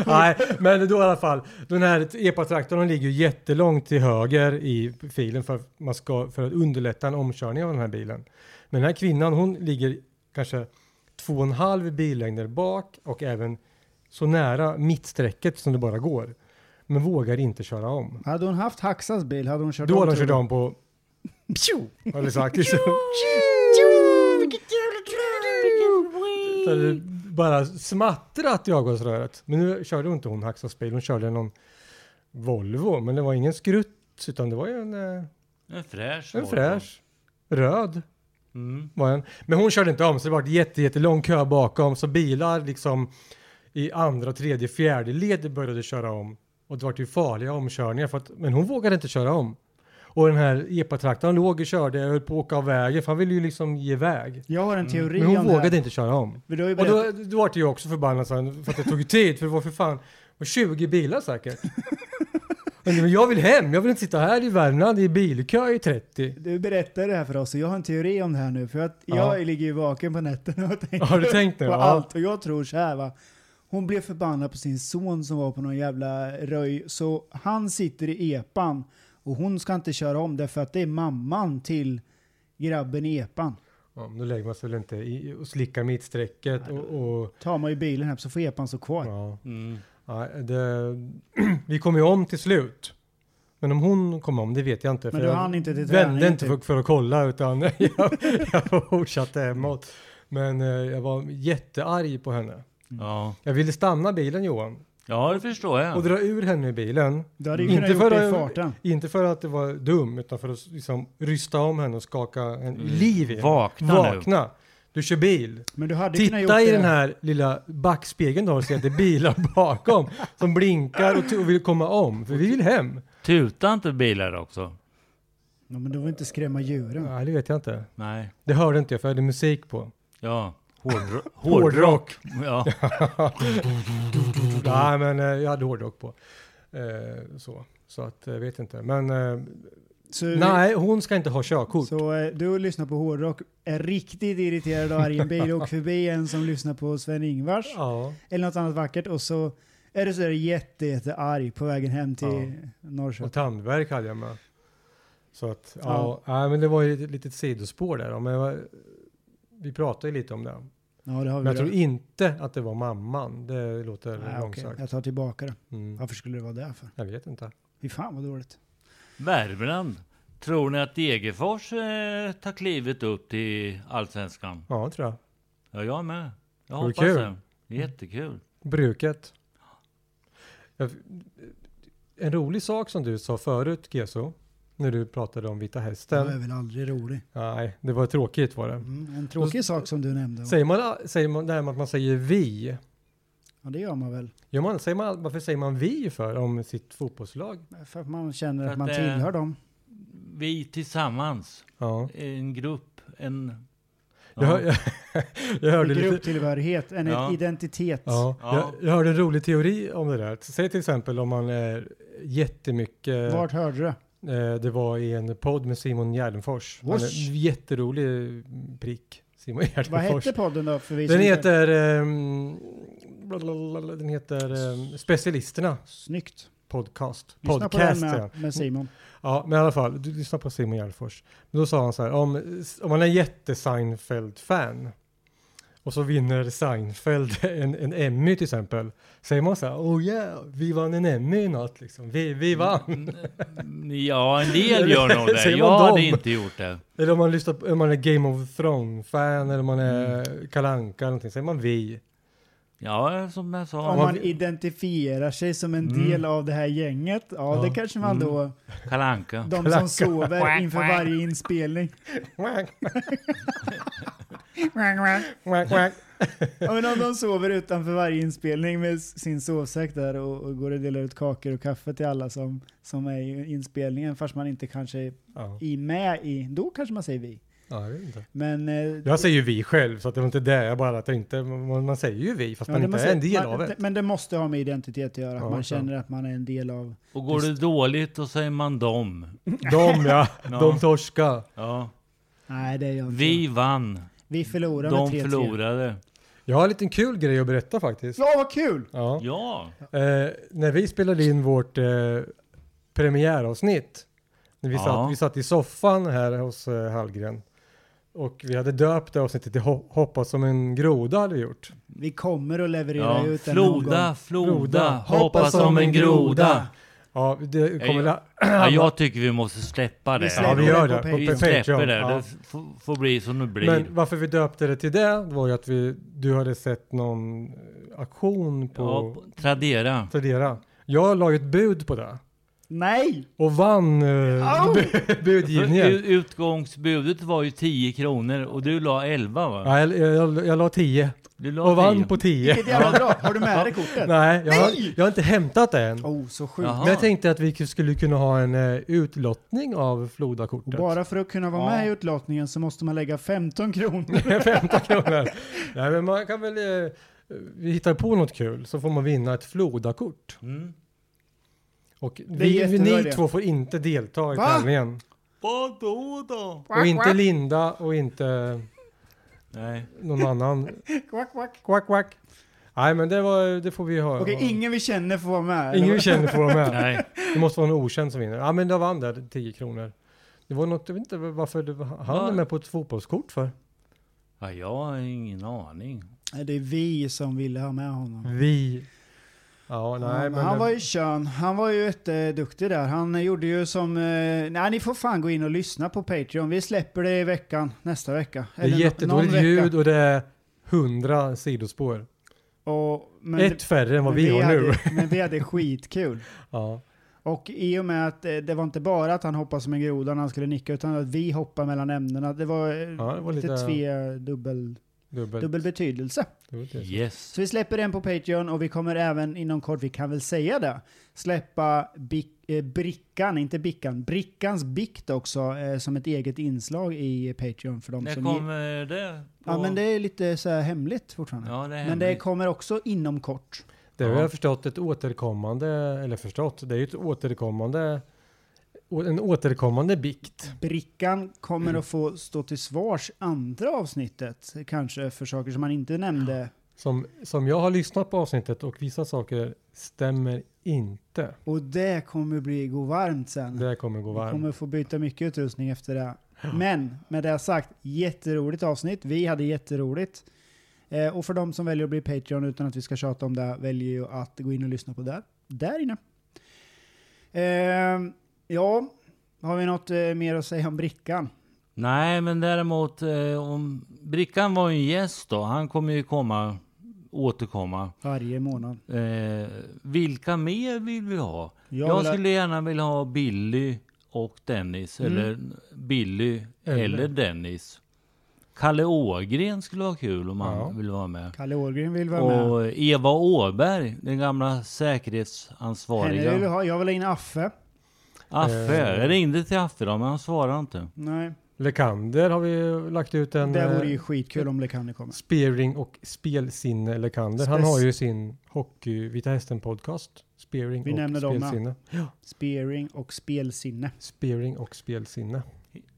Speaker 3: Nej, men då i alla fall. Den här epatraktorn ligger ju jättelångt till höger i filen för att, man ska, för att underlätta en omkörning av den här bilen. Men den här kvinnan, hon ligger kanske två och en halv billängder bak och även så nära mittsträcket som det bara går. Men vågar inte köra om.
Speaker 1: Hade hon haft Haxas bil hade hon kört
Speaker 3: Då har
Speaker 1: om,
Speaker 3: de
Speaker 1: tror
Speaker 3: kört
Speaker 1: du?
Speaker 3: om på... Pju! Har det sagt liksom. [laughs] Så hade det bara smattrat i avgasröret. Men nu körde hon inte hon Haxas bil, hon körde någon Volvo. Men det var ingen skrutt, utan det var ju en, eh,
Speaker 2: En fräsch.
Speaker 3: en
Speaker 2: Volvo.
Speaker 3: fräsch. Röd
Speaker 2: Mm.
Speaker 3: var den. Men hon körde inte om, så det var jätte, jättelång kö bakom. Så bilar liksom i andra, tredje, fjärde led började köra om. Och det var ju farliga omkörningar, för att, men hon vågade inte köra om. Och den här epatraktorn låg och körde, jag höll på att åka av vägen, för han ville ju liksom ge väg.
Speaker 1: Jag har en teori
Speaker 3: Mm. Men hon
Speaker 1: om det här.
Speaker 3: vågade inte köra om.
Speaker 1: Men du har ju
Speaker 3: Och
Speaker 1: berättat,
Speaker 3: då, då vart jag också förbannad sen för att det tog ju tid för det var för fan det var 20
Speaker 1: [laughs]
Speaker 3: bilar säkert. Men jag vill hem, jag vill inte sitta här i Värmland i bilkö i 30.
Speaker 1: du berättar det här för oss och jag har en teori om det här nu. För att
Speaker 3: Ja.
Speaker 1: jag ligger ju vaken på nätterna och tänker
Speaker 3: Har du tänkt nu?
Speaker 1: på
Speaker 3: Ja.
Speaker 1: allt. Och jag tror så här va. Hon blev förbannad på sin son som var på någon jävla röj. Så han sitter i epan och hon ska inte köra om därför att det är mamman till grabben i epan.
Speaker 3: Ja, men då lägger man sig väl inte i, och slickar mittsträcket och... och
Speaker 1: Tar man ju bilen här så får epan stå kvar.
Speaker 3: ja.
Speaker 2: Mm.
Speaker 3: Ja, det, [clears throat] vi kom ju om till slut. Men om hon kom om, det vet jag inte.
Speaker 1: Men
Speaker 3: för
Speaker 1: du
Speaker 3: jag-
Speaker 1: hann inte till
Speaker 3: vände
Speaker 1: träningen.
Speaker 3: inte för, för att kolla utan [laughs] jag, jag fortsatte hemåt. Men eh, jag var jättearg på henne.
Speaker 2: Ja.
Speaker 3: Jag ville stanna bilen Johan.
Speaker 2: ja, det förstår jag.
Speaker 3: och dra ur henne i bilen.
Speaker 1: Du hade ju
Speaker 3: Inte
Speaker 1: kunnat gjort
Speaker 3: för
Speaker 1: det i
Speaker 3: att-
Speaker 1: farten.
Speaker 3: Inte för att det var dum, utan för att liksom rysta om henne och skaka en
Speaker 1: Mm.
Speaker 3: liv i henne.
Speaker 2: Vakna, nu.
Speaker 3: Vakna! Du kör bil.
Speaker 1: Men du hade kunnat gjort
Speaker 3: Titta i
Speaker 1: det.
Speaker 3: den här lilla backspegeln då och se att det är bilar [laughs] bakom som blinkar och, t- och vill komma om, för vi vill hem.
Speaker 2: Tuta inte bilar också?
Speaker 1: Ja, men du vill inte skrämma djuren.
Speaker 3: Nej, det vet jag inte.
Speaker 2: Nej.
Speaker 3: Det hörde inte jag, för jag hade musik på.
Speaker 2: Ja. Hårdro-
Speaker 3: [laughs] Hårdrock!
Speaker 2: [laughs] Ja.
Speaker 3: Nej, men eh, jag hade hårdrock på. Eh, så. Så att, jag vet inte. Men eh,
Speaker 1: Så,
Speaker 3: nej, hon ska inte ha körkort.
Speaker 1: Så eh, du lyssnar på hårdrock, är riktigt irriterad och arg i en bil och åker förbi en som lyssnar på Sven-Ingvars
Speaker 3: Ja.
Speaker 1: eller något annat vackert och så är du sådär jätte, jätte arg på vägen hem till
Speaker 3: Och
Speaker 1: Norrköping.
Speaker 3: tandvärk hade jag med. Så att,
Speaker 1: Ja.
Speaker 3: ja, nej, men det var ju ett litet sidospår där. Men jag var, vi pratade ju lite om det.
Speaker 1: Ja, det har
Speaker 3: Men
Speaker 1: vi
Speaker 3: jag tror
Speaker 1: redan.
Speaker 3: inte att det var mamman. Det låter
Speaker 1: Nej, okej.
Speaker 3: långsökt.
Speaker 1: Jag tar tillbaka det.
Speaker 3: Mm.
Speaker 1: Varför skulle det vara det för?
Speaker 3: Jag vet inte.
Speaker 1: Fy fan vad dåligt.
Speaker 2: Värmland. Tror ni att Degerfors eh, tar klivet upp till Allsvenskan?
Speaker 3: Ja, tror jag.
Speaker 2: Ja, jag med. Jag
Speaker 3: Vore
Speaker 2: hoppas
Speaker 3: kul.
Speaker 2: det. Jättekul.
Speaker 3: Bruket. Jag- En rolig sak som du sa förut, Geso, när du pratade om Vita
Speaker 1: Den är
Speaker 3: Hästen.
Speaker 1: väl aldrig rolig.
Speaker 3: Nej, det var tråkigt var det.
Speaker 1: Mm, en tråkig sak som du nämnde.
Speaker 3: Säger man, säger man det här med att man säger vi?
Speaker 1: Ja, det gör man väl.
Speaker 3: Gör man, säger man, varför säger man vi för om sitt fotbollslag?
Speaker 1: För att man känner
Speaker 2: För
Speaker 1: att man
Speaker 2: att, eh,
Speaker 1: tillhör dem.
Speaker 2: Vi tillsammans,
Speaker 3: Ja.
Speaker 2: en grupp, en...
Speaker 3: Jag, hör, jag, jag hörde lite...
Speaker 1: Grupptillhörighet, en
Speaker 2: Ja.
Speaker 1: identitet.
Speaker 3: Ja,
Speaker 2: Ja.
Speaker 3: Jag, jag hörde en rolig teori om det där. Säg till exempel om man är jättemycket,
Speaker 1: Vart hörde du?
Speaker 3: eh, det var i en podd med Simon Gärdenfors. Han är
Speaker 1: Osh.
Speaker 3: en jätterolig prick, Simon
Speaker 1: Vad
Speaker 3: Gärdenfors.
Speaker 1: hette podden då? För vi
Speaker 3: Den
Speaker 1: som inte-
Speaker 3: heter, ehm, blablabla, den heter ehm, Specialisterna
Speaker 1: Snyggt.
Speaker 3: Podcast.
Speaker 1: Lyssna
Speaker 3: Podcast
Speaker 1: på den
Speaker 3: säger jag.
Speaker 1: med, med Simon.
Speaker 3: Ja, men i alla fall, du lyssnar på Simon Gärdenfors. Då sa han så här, om, om man är jätte-Seinfeld-fan och så vinner Seinfeld [laughs] en, en Emmy till exempel, säger man så här, oh yeah, vi vann en Emmy i natt liksom, vi, vi vann.
Speaker 2: Ja, en
Speaker 3: [laughs]
Speaker 2: del gör nog det.
Speaker 3: Säger man
Speaker 2: Jag hade
Speaker 3: dem?
Speaker 2: inte gjort det.
Speaker 3: Eller om man lyssnar på, om man är Game of Thrones-fan eller om man är
Speaker 1: Mm.
Speaker 3: Kalle Anka eller någonting, säger man vi.
Speaker 2: Ja, som jag sa.
Speaker 1: Om
Speaker 3: vad
Speaker 1: man
Speaker 3: vi-
Speaker 1: identifierar sig som en
Speaker 2: Mm.
Speaker 1: del av det här gänget, ja,
Speaker 3: Ja. Mm.
Speaker 1: det kanske man då,
Speaker 2: Kalle Anka.
Speaker 1: de
Speaker 3: Klacka.
Speaker 1: som sover inför varje inspelning.
Speaker 3: Quack, quack, quack.
Speaker 1: Ja, men om de sover utanför varje inspelning med s- sin sovsäck där och, och går och delar ut kakor och kaffe till alla som, som är i inspelningen, fast man inte kanske
Speaker 3: Ja,
Speaker 1: är med i, då kanske man säger vi.
Speaker 3: ja, jag vet inte.
Speaker 1: Men eh,
Speaker 3: Jag säger ju vi själv, så att det var inte det, jag bara tänkte, man, man säger ju vi fast
Speaker 1: ja,
Speaker 3: man
Speaker 1: det
Speaker 3: inte
Speaker 1: måste-
Speaker 3: är en del
Speaker 1: man-
Speaker 3: av det.
Speaker 1: det- Men det måste ha med identitet att göra,
Speaker 3: Ja,
Speaker 1: att man
Speaker 3: ja.
Speaker 1: känner att man är en del av...
Speaker 2: Och går det dåligt, då säger man dem.
Speaker 3: De
Speaker 1: [laughs]
Speaker 3: ja,
Speaker 2: Ja.
Speaker 3: de torska.
Speaker 2: Ja.
Speaker 1: Nej, det är jag inte.
Speaker 2: Vi vann.
Speaker 1: vi förlorar
Speaker 2: De
Speaker 1: med 3-3.
Speaker 2: förlorade.
Speaker 3: Jag har en liten kul grej att berätta faktiskt.
Speaker 1: Ja, vad kul!
Speaker 3: Ja.
Speaker 2: Ja.
Speaker 3: Eh, när vi spelade in vårt eh, premiäravsnitt, när vi,
Speaker 2: Ja.
Speaker 3: satt, vi satt i soffan här hos eh, Hallgren, och vi hade döpt det avsnittet till Ho- Hoppa som en groda hade vi gjort.
Speaker 1: Vi kommer att leverera
Speaker 2: ja.
Speaker 1: ut den någon gång.
Speaker 2: Floda, floda,
Speaker 3: Groda.
Speaker 2: hoppa som en groda.
Speaker 3: [clears throat] Ja, det kommer...
Speaker 2: Ja,
Speaker 3: Ja,
Speaker 2: Ja, jag tycker vi måste släppa det.
Speaker 1: Vi
Speaker 3: ja, vi
Speaker 1: släpper
Speaker 3: gör
Speaker 1: det
Speaker 3: det.
Speaker 1: på
Speaker 2: Vi
Speaker 1: Patreon.
Speaker 2: släpper det.
Speaker 3: Ja.
Speaker 2: Det f- får bli som det blir.
Speaker 3: Men varför vi döpte det till det var ju att vi, du hade sett någon eh, aktion på
Speaker 2: ja, på- Tradera.
Speaker 3: Tradera. Jag la ju ett bud på det
Speaker 1: Nej!
Speaker 3: och vann eh,
Speaker 1: Au!
Speaker 3: [laughs]
Speaker 2: [laughs]
Speaker 3: budgivningen.
Speaker 2: U- Utgångsbudet var ju 10 kronor och du la 11 va?
Speaker 3: Ja, jag, jag, jag la 10
Speaker 2: Du la
Speaker 3: och vann
Speaker 2: 10.
Speaker 3: på 10.
Speaker 1: Vilket jävla bra! Har du med dig [laughs]
Speaker 3: [laughs]
Speaker 1: kortet?
Speaker 3: Nej, jag, har-
Speaker 1: Nej!
Speaker 3: jag har inte hämtat det än.
Speaker 1: Oh, så sjukt.
Speaker 2: Jaha.
Speaker 3: Men jag tänkte att vi skulle kunna ha en eh, utlottning av
Speaker 1: Och
Speaker 3: Floda-kortet. [laughs]
Speaker 1: bara för att kunna vara
Speaker 2: Ja.
Speaker 1: med i utlottningen så måste man lägga 15
Speaker 3: [laughs]
Speaker 1: kronor.
Speaker 3: 15 kronor. Nej, men man kan väl... eh, Vi hittar på något kul så får man vinna ett Floda-kort.
Speaker 2: Mm.
Speaker 3: Och
Speaker 1: är
Speaker 3: vi, vi,
Speaker 1: jättebra
Speaker 3: ni
Speaker 1: idé.
Speaker 3: två får inte delta i
Speaker 1: Va?
Speaker 3: tävlingen.
Speaker 2: Vadå då?
Speaker 3: Och inte Linda och inte
Speaker 2: Nej.
Speaker 1: [laughs]
Speaker 3: någon annan.
Speaker 1: Quack, quack.
Speaker 3: Quack, quack. Nej, men det, var, det får vi ha.
Speaker 1: Okej, ingen vi känner får vara med.
Speaker 3: Ingen vi känner får
Speaker 1: [laughs]
Speaker 3: vara med.
Speaker 2: Nej.
Speaker 3: Det måste vara en okänd som vinner. Ja men jag vann där 10 kronor. Det var något, jag vet inte varför det var, han är med på ett fotbollskort för.
Speaker 1: Mm.
Speaker 2: Ja, jag har ingen aning.
Speaker 1: Nej, Det är vi som ville ha med honom.
Speaker 3: Vi. Ja nej
Speaker 1: Ja, men
Speaker 3: men.
Speaker 1: han var ju skön. Han var ju jätteduktig där. Han eh, gjorde ju som... eh, Nej, ni får fan gå in och lyssna på Patreon. Vi släpper det i veckan, nästa vecka.
Speaker 3: det är
Speaker 1: nå-
Speaker 3: jättedåligt
Speaker 1: någon vecka.
Speaker 3: ljud och det är 100 sidospår.
Speaker 1: Och, men,
Speaker 3: ett färre än vad
Speaker 1: men
Speaker 3: vi har nu.
Speaker 1: hade, Men vi hade skitkul.
Speaker 3: [laughs] Ja.
Speaker 1: Och i och med att eh, det var inte bara att han hoppade som en groda när han skulle nicka, utan att vi hoppade mellan ämnena. Det var, eh,
Speaker 3: Ja, det var
Speaker 1: lite,
Speaker 3: lite-
Speaker 1: tve, dubbel,
Speaker 3: Dubbel.
Speaker 1: dubbel betydelse.
Speaker 3: Det var lite-
Speaker 2: Yes.
Speaker 1: Så vi släpper den på Patreon och vi kommer även inom kort, vi kan väl säga det, släppa Bic- eh, Brickan, inte Bickan, Brickans bikt också eh, som ett eget inslag i Patreon för de
Speaker 2: När
Speaker 1: som...
Speaker 2: kommer det? på-
Speaker 1: Ja men det är lite så här hemligt fortfarande.
Speaker 2: Ja, det är
Speaker 1: men det
Speaker 2: hemligt.
Speaker 1: kommer också inom kort.
Speaker 3: Det har
Speaker 2: Ja.
Speaker 3: jag förstått ett återkommande, eller förstått, det är ju ett återkommande, å- en återkommande bikt.
Speaker 1: Brickan kommer att få stå till svars andra avsnittet, kanske för saker som man inte nämnde.
Speaker 3: Som, som jag har lyssnat på avsnittet och vissa saker stämmer inte.
Speaker 1: Och det kommer bli gå varmt sen.
Speaker 3: Det kommer gå
Speaker 1: Vi
Speaker 3: varmt.
Speaker 1: kommer få byta mycket utrustning efter det. Men med det sagt, jätteroligt avsnitt. Vi hade jätteroligt. Eh, och för de som väljer att bli Patreon utan att vi ska tjata om det, väljer ju att gå in och lyssna på det. Där inne. Eh, ja, har vi något eh, mer att säga om brickan?
Speaker 2: Nej, men däremot eh, om Brickan var ju en gäst då. Han kommer ju komma återkomma.
Speaker 1: Varje månad.
Speaker 2: Eh, vilka mer vill vi ha?
Speaker 1: Jag
Speaker 2: Jag,
Speaker 1: vill ha- Mm.
Speaker 2: skulle gärna vilja ha Billy och Dennis. Eller Billy eller,
Speaker 3: Eller.
Speaker 2: Dennis. Kalle Ågren skulle vara kul om han
Speaker 3: Ja.
Speaker 2: vill vara med.
Speaker 1: Kalle Åhlgren vill vara med.
Speaker 2: Och Eva Åberg, den gamla
Speaker 1: Henne vill jag
Speaker 2: säkerhetsansvariga.
Speaker 1: ha. Jag vill ha in Affe.
Speaker 2: Affe,
Speaker 3: Eh.
Speaker 2: jag ringde till Affe då, men han svarade inte.
Speaker 1: Nej,
Speaker 3: Lekander har vi ju lagt ut en...
Speaker 1: det vore ju
Speaker 3: eh,
Speaker 1: skitkul om Lekander kommer.
Speaker 3: Spearing och spelsinne Lekander. Han
Speaker 1: Spec-
Speaker 3: har ju sin hockey Vita Hästen podcast. Spearing
Speaker 1: Vi
Speaker 3: och
Speaker 1: nämner dem, ja.
Speaker 3: spelsinne.
Speaker 1: Spearing och spelsinne.
Speaker 3: Spearing och spelsinne.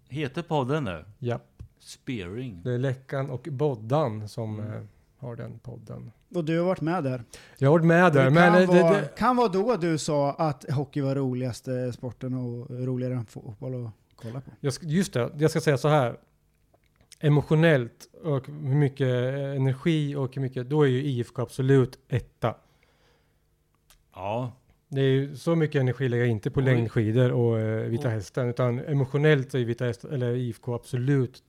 Speaker 2: Heter podden nu?
Speaker 3: Ja,
Speaker 2: Spearing.
Speaker 3: det är Läckan och Boddan som
Speaker 1: Mm.
Speaker 3: eh, har den podden.
Speaker 1: Och du har varit med där.
Speaker 3: Jag har varit med där,
Speaker 1: det,
Speaker 3: men...
Speaker 1: kan
Speaker 3: eh,
Speaker 1: vara,
Speaker 3: det, det,
Speaker 1: kan vara då du sa att hockey var roligaste sporten och roligare än fotboll att kolla på.
Speaker 3: jag, ska- just det, jag ska säga så här. Emotionellt och hur mycket eh, energi och hur mycket, då är ju IFK absolut etta.
Speaker 2: Ja,
Speaker 3: Det är ju så mycket energi lägger jag inte på
Speaker 2: Oj.
Speaker 3: längdskidor och eh, Vita
Speaker 2: Och-
Speaker 3: Hästen, utan emotionellt så är Vita Hästen, eller IFK absolut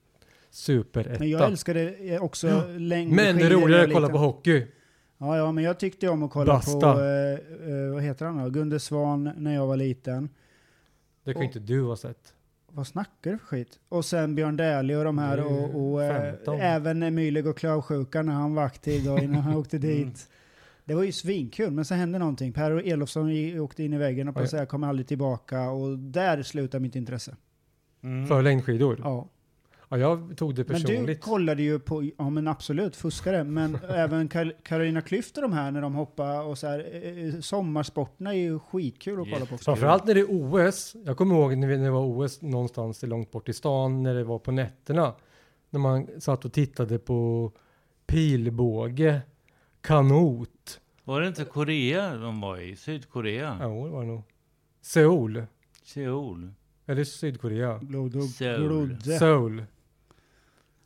Speaker 3: superetta.
Speaker 1: Men jag älskade också längd.
Speaker 3: Men det är roligare att kolla på hockey.
Speaker 1: Ja, ja, men jag tyckte om att kolla på,
Speaker 3: Basta.
Speaker 1: eh, eh, vad heter han då? Gunde Svan när jag var liten.
Speaker 3: Det kan ju
Speaker 1: Och-
Speaker 3: inte du ha sett.
Speaker 1: Vad snackar du för skit? Och sen Björn Dählie och de här
Speaker 3: Det är ju
Speaker 1: och, och eh,
Speaker 3: 15.
Speaker 1: även Mylig och klövsjukan när han var aktiv då innan
Speaker 3: [laughs]
Speaker 1: han
Speaker 3: Mm.
Speaker 1: åkte dit. Det var ju svinkul, men så hände någonting. Per och Elofsson i- åkte in i väggen och på
Speaker 3: Oj.
Speaker 1: så här kom aldrig tillbaka och där slutade mitt intresse.
Speaker 2: Mm.
Speaker 3: För längdskidor. Ja.
Speaker 1: Mm. Ja.
Speaker 3: jag tog det
Speaker 1: Men du
Speaker 3: personligt.
Speaker 1: kollade ju på, ja men absolut, fuskare,
Speaker 3: [laughs]
Speaker 1: men även Kar- Carolina Klyft och de här när de hoppade och så här, eh, eh, sommarsporterna är ju skitkul att kolla på också.
Speaker 3: Framförallt när det är OS. Jag kommer ihåg när vi- när det var OS någonstans långt bort i stan, när det var på nätterna. När man satt och tittade på pilbåge, kanot.
Speaker 2: var det inte Korea de var i? Sydkorea?
Speaker 3: Ja, det var det nog. Seoul, [laughs]
Speaker 2: Seoul?
Speaker 3: eller Sydkorea.
Speaker 1: Blod och
Speaker 2: Soul.
Speaker 1: blodde.
Speaker 3: Soul.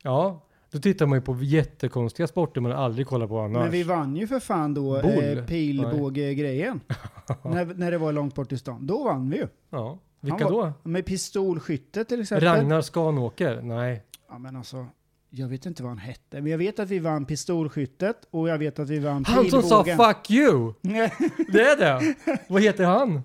Speaker 3: Ja, då tittar man ju på jättekonstiga sporter man aldrig kollar på annars.
Speaker 1: Men vi vann ju för fan då
Speaker 3: Boll?
Speaker 1: eh, pilbåge-grejen.
Speaker 3: [laughs]
Speaker 1: när, när det var långt bort i stan. Då vann vi ju.
Speaker 3: ja, vilka
Speaker 1: Han
Speaker 3: då?
Speaker 1: Med pistolskytte till exempel.
Speaker 3: Ragnar Skanåker? Nej.
Speaker 1: Ja men alltså, jag vet inte vad han hette. Men jag vet att vi vann pistolskyttet och jag vet att vi vann
Speaker 3: Han som sa
Speaker 1: pilbågen.
Speaker 3: 'fuck you'!
Speaker 1: Nej,
Speaker 3: Det är det! Vad heter han?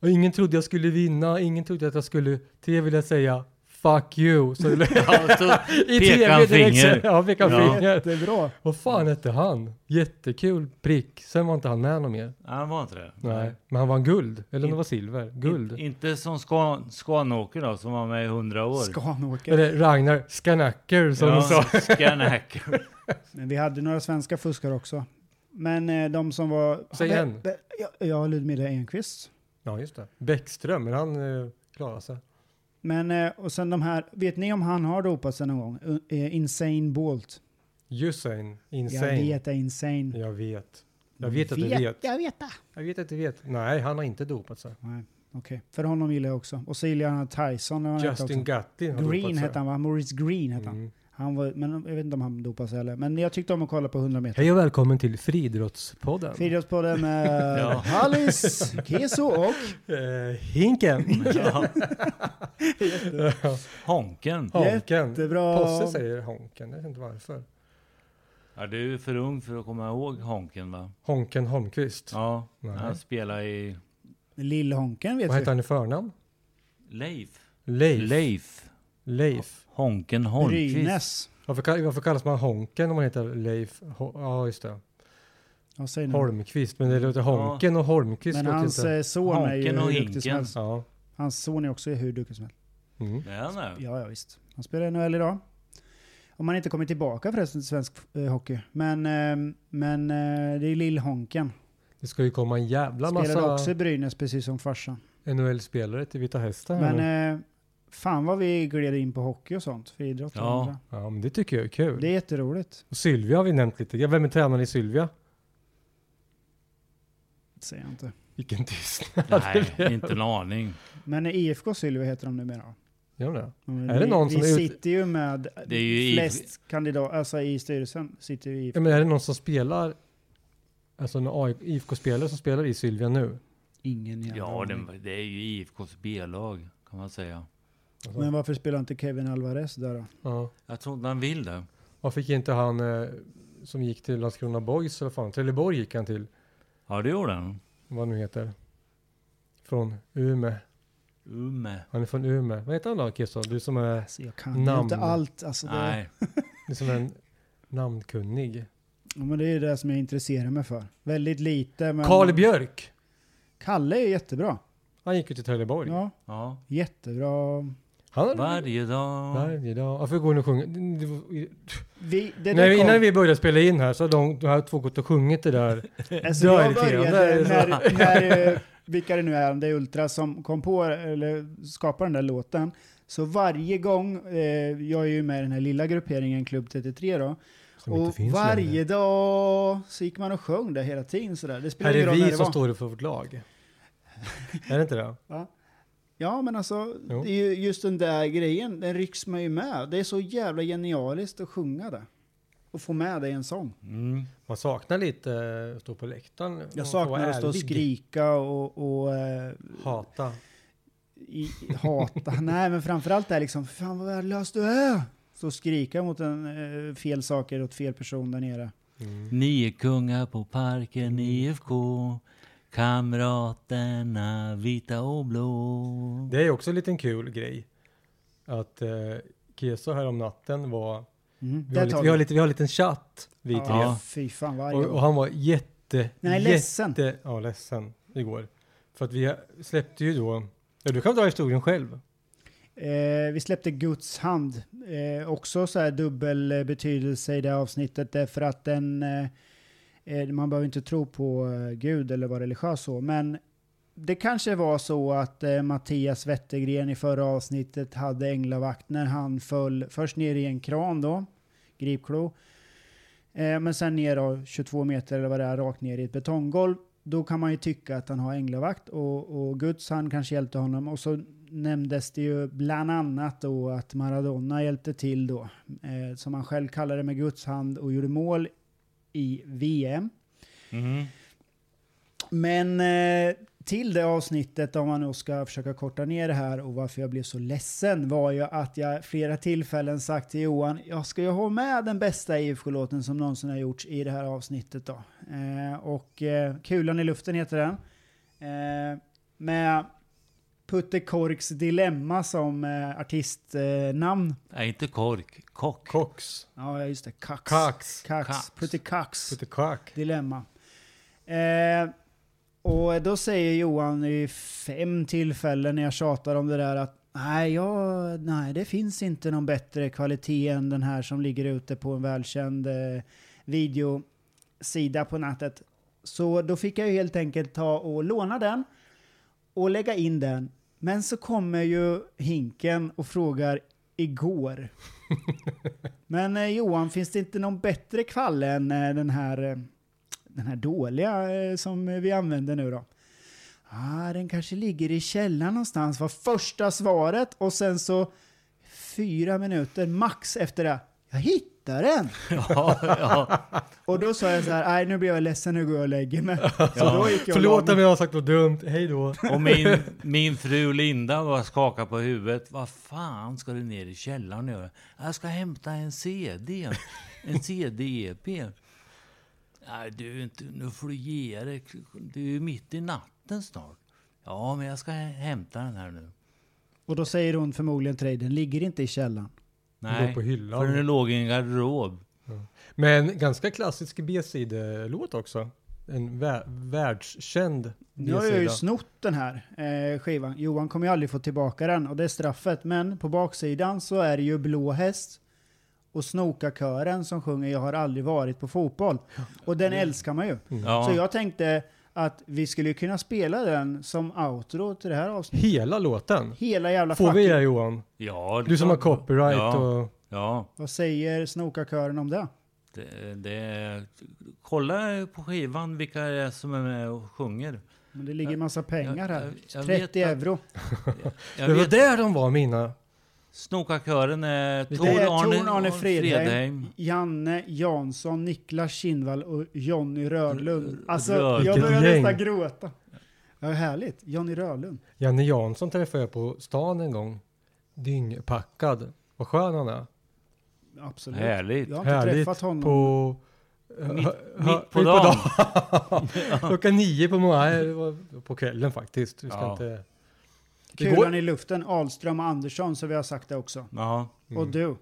Speaker 3: Och ingen trodde jag skulle vinna, ingen trodde att jag skulle... Till er vill jag säga 'fuck you' så
Speaker 2: [laughs] Alltså,
Speaker 3: I
Speaker 2: Pekar
Speaker 3: tv
Speaker 2: han
Speaker 3: direkt!
Speaker 2: finger?
Speaker 3: Ja, pekar
Speaker 2: Ja.
Speaker 1: [laughs]
Speaker 3: finger.
Speaker 1: Jättebra.
Speaker 3: Vad fan hette han? Jättekul prick. Sen var inte han med någon mer.
Speaker 2: han var inte det.
Speaker 3: Nej. Men han vann guld. Eller om det
Speaker 2: In-
Speaker 3: var silver.
Speaker 2: In,
Speaker 3: Guld.
Speaker 2: inte som Skan, Skanåker då, som var med i hundra år.
Speaker 1: Skanåker.
Speaker 3: Eller Ragnar Skanacker som
Speaker 2: ja,
Speaker 3: de sa. [laughs]
Speaker 2: Skanhacker.
Speaker 1: Men vi hade några svenska fuskar också. Men eh, de som var...
Speaker 3: Säg
Speaker 1: Be-
Speaker 3: en.
Speaker 1: be- Ja, ja, Ludmilla Enquist.
Speaker 3: Ja, just det. Bäckström, men han eh, klarade sig.
Speaker 1: Men, eh, och sen de här, vet ni om han har dopat sig någon gång? U- eh, Insane Bolt.
Speaker 3: Usain,
Speaker 1: Jag
Speaker 3: insane.
Speaker 1: vet det, insane.
Speaker 3: Jag vet. Jag vet att du vet.
Speaker 1: Jag vet det.
Speaker 3: Jag vet att du vet. Nej, han har inte dopat sig.
Speaker 1: Nej, okej. För honom gillar jag också. Och så gillar jag han Tyson. Han
Speaker 3: Justin Gatlin har dopat sig.
Speaker 1: Green hette han va? Maurice Green hette han.
Speaker 3: Mm.
Speaker 1: Han var, men jag vet inte om han dopade sig heller. Men jag tyckte om att kolla på 100 meter.
Speaker 3: Hej och välkommen till Friidrottspodden.
Speaker 1: Friidrottspodden med
Speaker 3: [laughs]
Speaker 2: Ja.
Speaker 1: Hallis, Keso och...
Speaker 3: Eh,
Speaker 1: [laughs]
Speaker 3: hinken.
Speaker 2: Ja. Honken.
Speaker 3: honken.
Speaker 1: Jättebra.
Speaker 3: Posse säger honken. Jag vet inte varför.
Speaker 2: Ja, du är för ung för att komma ihåg Honken va?
Speaker 3: Honken Holmqvist.
Speaker 2: Ja,
Speaker 3: Nej.
Speaker 2: han spelar i
Speaker 1: Lillhonken vet
Speaker 3: Vad
Speaker 1: vi.
Speaker 3: heter han i förnamn?
Speaker 2: Leif.
Speaker 3: Leif.
Speaker 2: Leif.
Speaker 3: Leif.
Speaker 2: Honken Holmqvist.
Speaker 1: Brynäs.
Speaker 3: Varför, kall- varför kallas man honken om man heter Leif? Ho- ja, just det.
Speaker 1: Ja, säg nu.
Speaker 3: Holmqvist. Men det låter honken och Holmqvist.
Speaker 1: Mm. Men
Speaker 3: låter
Speaker 1: hans
Speaker 3: inte.
Speaker 1: eh, son är ju
Speaker 2: Honken och
Speaker 1: hur duktig som
Speaker 2: Hinken.
Speaker 1: helst.
Speaker 3: Ja.
Speaker 1: Hans son är också hur duktig som helst.
Speaker 3: Mm.
Speaker 2: Det är han nu.
Speaker 1: Ja, ja visst. Han spelar i NHL idag. Om han inte kommer tillbaka förresten till svensk eh, hockey. Men, eh, men eh, det är Lillhonken.
Speaker 3: Det ska ju komma en jävla
Speaker 1: Spelade också i
Speaker 3: massa
Speaker 1: Brynäs precis som farsan.
Speaker 3: NHL-spelare till Vita Hästen. här nu.
Speaker 1: Men eh, fan vad vi gled in på hockey och sånt för idrott. och
Speaker 2: Ja.
Speaker 1: andra.
Speaker 3: ja, men det tycker jag är kul.
Speaker 1: Det är jätteroligt.
Speaker 3: Och Sylvia har vi nämnt lite. Ja, vem är tränaren i Sylvia?
Speaker 1: Det säger jag inte.
Speaker 3: Vilken tyst. [laughs]
Speaker 2: Nej, inte en aning.
Speaker 1: Men IFK Sylvia heter de numera.
Speaker 3: Gör de det?
Speaker 1: Ja, men
Speaker 3: Är det
Speaker 1: vi,
Speaker 3: någon
Speaker 1: vi
Speaker 3: som är ut-
Speaker 1: sitter ju med
Speaker 2: Det är ju i-
Speaker 1: flest kandidater, alltså i styrelsen sitter ju
Speaker 3: Ja,
Speaker 1: IFK.
Speaker 3: men är det någon som spelar, alltså en IFK-spelare som spelar i Sylvia nu?
Speaker 1: Ingen jävla
Speaker 2: Ja,
Speaker 1: aning.
Speaker 2: det, det är ju IFKs B-lag kan man säga.
Speaker 3: Alltså,
Speaker 1: Men varför spelar inte Kevin Alvarez där då?
Speaker 3: ja.
Speaker 2: Jag tror inte han vill det.
Speaker 3: Varför fick inte han eh, som gick till Landskrona Boys eller vad fan, Trelleborg gick han till,
Speaker 2: Ja, det gjorde han.
Speaker 3: vad han nu heter. Från Ume.
Speaker 2: Ume.
Speaker 3: Han är från Ume. Vad heter han då Kirsten? Du som är,
Speaker 1: Alltså, jag kan ju
Speaker 3: Namn.
Speaker 1: inte allt. Alltså, det,
Speaker 2: Nej,
Speaker 3: du som är en namnkunnig.
Speaker 1: ja, men det är ju det som jag intresserar mig för. Väldigt lite. Men
Speaker 3: Karl Björk!
Speaker 1: Kalle är jättebra.
Speaker 3: Han gick ju till Trelleborg.
Speaker 1: Ja,
Speaker 2: ja.
Speaker 1: jättebra.
Speaker 3: Han
Speaker 2: Varje dag.
Speaker 3: Varje dag. Varför går ni och sjunger? Det var-
Speaker 1: Vi, det
Speaker 3: När,
Speaker 1: där
Speaker 3: vi-
Speaker 1: kom-
Speaker 3: innan vi började spela in här så har de, de här två gått och sjungit
Speaker 1: [laughs]
Speaker 3: det där.
Speaker 1: Alltså,
Speaker 3: Dör
Speaker 1: jag
Speaker 3: i tv.
Speaker 1: började
Speaker 3: Nej,
Speaker 1: när, när eh, vilka det nu är, om det är Ultra som kom på eller skapade den där låten. Så varje gång, eh, jag är ju med i den här lilla grupperingen Klubb 33 då,
Speaker 3: Som
Speaker 1: och
Speaker 3: inte finns
Speaker 1: varje
Speaker 3: längre.
Speaker 1: dag så gick man och sjöng det hela tiden sådär. Det spelar
Speaker 3: Här
Speaker 1: ingen
Speaker 3: är
Speaker 1: roll när
Speaker 3: vi
Speaker 1: det
Speaker 3: som
Speaker 1: var.
Speaker 3: står upp för
Speaker 1: [laughs]
Speaker 3: vårt lag. är det inte det?
Speaker 1: Ja men alltså,
Speaker 3: Jo.
Speaker 1: det är ju just den där grejen, den rycks man ju med. Det är så jävla genialiskt att sjunga det. Och få med det i en sång.
Speaker 2: Mm.
Speaker 3: Man saknar lite eh, att stå på läktaren. och
Speaker 1: Jag
Speaker 3: få vara
Speaker 1: saknar att stå och
Speaker 3: ärlig.
Speaker 1: skrika och, och eh,
Speaker 3: Hata.
Speaker 1: i,
Speaker 3: [laughs]
Speaker 1: hata. Nej, men framförallt det här liksom, fan vad värdelös du är! Så skrika mot en, eh, fel saker åt fel person där nere.
Speaker 3: Mm.
Speaker 2: Ni är kungar på parken IFK. Kamraterna vita och blå.
Speaker 3: Det är också en liten kul grej. Att eh, Keso här om natten var...
Speaker 1: Mm.
Speaker 3: Vi
Speaker 1: Där
Speaker 3: har, lite,
Speaker 1: tar
Speaker 3: vi har,
Speaker 1: vi.
Speaker 3: lite, vi har en liten chatt, vi tre.
Speaker 1: Ja, fy fan vad arg
Speaker 3: Och,
Speaker 1: jag
Speaker 3: och
Speaker 1: var.
Speaker 3: han var jätte...
Speaker 1: Nej, ledsen.
Speaker 3: jätte, Ja, ledsen igår. För att vi släppte ju då... Ja, du kan dra historien själv.
Speaker 1: Eh, vi släppte Guds hand. Eh, också så här dubbel eh, betydelse i det här avsnittet därför att den... Eh, eh, man behöver inte tro på eh, Gud eller vara religiös så, men det kanske var så att eh, Mattias Wettergren i förra avsnittet hade änglavakt när han föll först ner i en kran då, gripklo, eh, men sen ner då 22 meter eller vad det är, rakt ner i ett betonggolv. Då kan man ju tycka att han har änglavakt och, och Guds hand kanske hjälpte honom. Och så nämndes det ju bland annat då att Maradona hjälpte till då, eh, som han själv kallade det med Guds hand och gjorde mål i VM.
Speaker 2: Mm.
Speaker 1: Men eh, till det avsnittet, om man nu ska försöka korta ner det här och varför jag blev så ledsen var ju att jag flera tillfällen sagt till Johan, jag ska ju ha med den bästa IFK-låten som någonsin har gjorts i det här avsnittet då. Eh, och eh, Kulan i luften heter den. Eh, med Putte Korks Dilemma som eh, artistnamn. Eh, namn.
Speaker 2: Nej, inte kork. Kock.
Speaker 3: Cox.
Speaker 1: ja, just det. Kax.
Speaker 3: Kax.
Speaker 1: Kax.
Speaker 2: Kax.
Speaker 1: Putte Kax.
Speaker 3: Putte Kack.
Speaker 1: Dilemma. Eh, och då säger Johan i fem tillfällen när jag tjatar om det där att nej, jag, nej, det finns inte någon bättre kvalitet än den här som ligger ute på en välkänd eh, videosida på nätet. Så då fick jag ju helt enkelt ta och låna den och lägga in den. Men så kommer ju Hinken och frågar igår. Men eh, Johan, finns det inte någon bättre kvalle än eh, den här eh, den här dåliga eh, som eh, vi använder nu då. Ah, den kanske ligger i källaren någonstans var första svaret och sen så fyra minuter max efter det. Jag hittar den!
Speaker 2: Ja, ja.
Speaker 1: Och då sa jag så här, nej nu blir jag ledsen, nu går jag och lägger mig. Så då gick jag och la
Speaker 3: Förlåt
Speaker 1: mig.
Speaker 3: om jag har sagt något dumt. Hej då.
Speaker 2: Och min, min fru Linda var skakade på huvudet. Vad fan ska du ner i källaren och göra? Jag ska hämta en CD. En CD-EP. Nej, du, inte, nu får du ge dig. Du är ju mitt i natten snart. Ja, men jag ska hämta den här nu.
Speaker 1: Och då säger hon förmodligen till dig, den ligger inte i källaren.
Speaker 3: Den låg
Speaker 2: Nej,
Speaker 3: på hyllan.
Speaker 2: för den låg i en garderob.
Speaker 3: Men ganska klassisk B-sidolåt också. En vä- världskänd
Speaker 1: Nu har jag ju
Speaker 3: B-sida.
Speaker 1: snott den här eh, skivan. Johan kommer ju aldrig få tillbaka den och det är straffet. Men på baksidan så är det ju Blå häst och Snokakören som sjunger Jag har aldrig varit på fotboll. Och den älskar man ju. Så
Speaker 2: Ja,
Speaker 1: jag tänkte att vi skulle ju kunna spela den som outro till det här avsnittet.
Speaker 3: Hela låten.
Speaker 1: Hela jävla
Speaker 3: Får vi
Speaker 1: fucking...
Speaker 3: det Johan?
Speaker 2: ja det
Speaker 3: Du som har
Speaker 2: är klart.
Speaker 3: copyright
Speaker 2: Ja.
Speaker 3: och...
Speaker 2: Ja,
Speaker 1: Vad säger Snokakören om det?
Speaker 2: det, det, kolla på skivan vilka det är som är med och sjunger.
Speaker 1: Men det ligger en massa pengar här.
Speaker 2: jag- jag vet
Speaker 1: 30
Speaker 2: att-
Speaker 1: euro.
Speaker 2: Jag
Speaker 3: det var
Speaker 2: vet-
Speaker 3: där de var mina.
Speaker 2: Snokakören är Tor
Speaker 1: Det är
Speaker 2: Arne,
Speaker 1: Tor Arne Fredheim,
Speaker 2: Fredheim.
Speaker 1: Janne Jansson, Niklas Kindvall och Jonny Rödlund. Alltså,
Speaker 2: Rödlund.
Speaker 1: jag börjar
Speaker 3: Vilket gäng.
Speaker 1: nästan gråta. Ja, härligt. Jonny Rödlund.
Speaker 3: Janne Jansson träffade jag på stan en gång. Dyngpackad. Vad skön han är.
Speaker 1: Absolut.
Speaker 2: Härligt.
Speaker 1: Jag har inte
Speaker 3: Härligt
Speaker 1: träffat honom.
Speaker 3: på eh,
Speaker 2: Mitt,
Speaker 3: hö-
Speaker 2: mitt på dagen.
Speaker 3: Klockan nio på morgonen, på kvällen faktiskt. Vi ska
Speaker 2: Ja.
Speaker 3: inte... Det går-
Speaker 1: Kulan i luften, Ahlström och Andersson, så vi har sagt det också.
Speaker 2: Ja,
Speaker 3: Mm.
Speaker 1: Och du.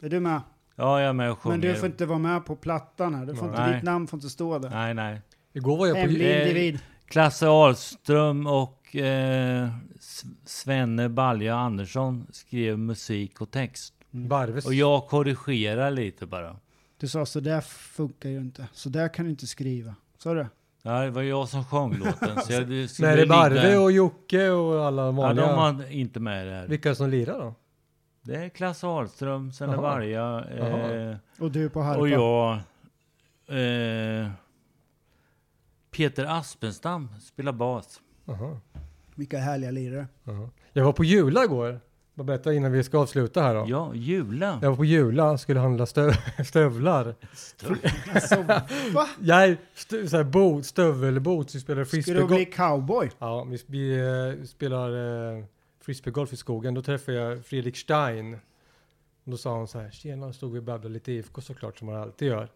Speaker 1: Är du med?
Speaker 2: ja jag är med och sjunger.
Speaker 1: Men du får inte vara med på plattan här. Du får inte,
Speaker 2: Nej.
Speaker 1: ditt namn får inte stå där.
Speaker 2: Nej, nej.
Speaker 3: Igår var jag på...
Speaker 1: Hemlig
Speaker 2: Eh,
Speaker 1: individ.
Speaker 2: Klasse Ahlström och eh, S- Svenne Balja Andersson skrev musik och text.
Speaker 3: Barves.
Speaker 2: Och jag korrigerar lite bara.
Speaker 1: Du sa så där funkar ju inte. Så där kan du inte skriva. Sa du?
Speaker 2: Ja, det var jag som sjöng låten. Så jag, det skulle
Speaker 3: Nej, det är
Speaker 2: ligga-
Speaker 3: Barve och Jocke och alla
Speaker 2: Ja,
Speaker 3: vanliga.
Speaker 2: de var inte med i det här.
Speaker 3: Vilka som lirar då?
Speaker 2: Det är Klasse Ahlström, Svenne
Speaker 3: Jaha.
Speaker 2: Balja eh,
Speaker 1: Och du på harpa.
Speaker 2: och jag. Eh, Peter Aspenstam spelar bas.
Speaker 3: Jaha,
Speaker 1: Vilka härliga lirare.
Speaker 3: jaha. Jag var på Jula igår. Bara berätta innan vi ska avsluta här då.
Speaker 2: Ja, Jula.
Speaker 3: Jag var på Jula skulle handla stö- [laughs] stövlar.
Speaker 1: Alltså, va?
Speaker 3: Jag stö- så här bot, stövelbot, så vi spelar
Speaker 1: Ska du
Speaker 3: frisbeegolf.
Speaker 1: bli cowboy?
Speaker 3: Ja, vi, vi eh, spelar eh, frisbeegolf i skogen. Då träffade jag Fredrik Stein. Och då sa han så här, tjena, då stod vi och babblade lite IFK såklart som man alltid gör.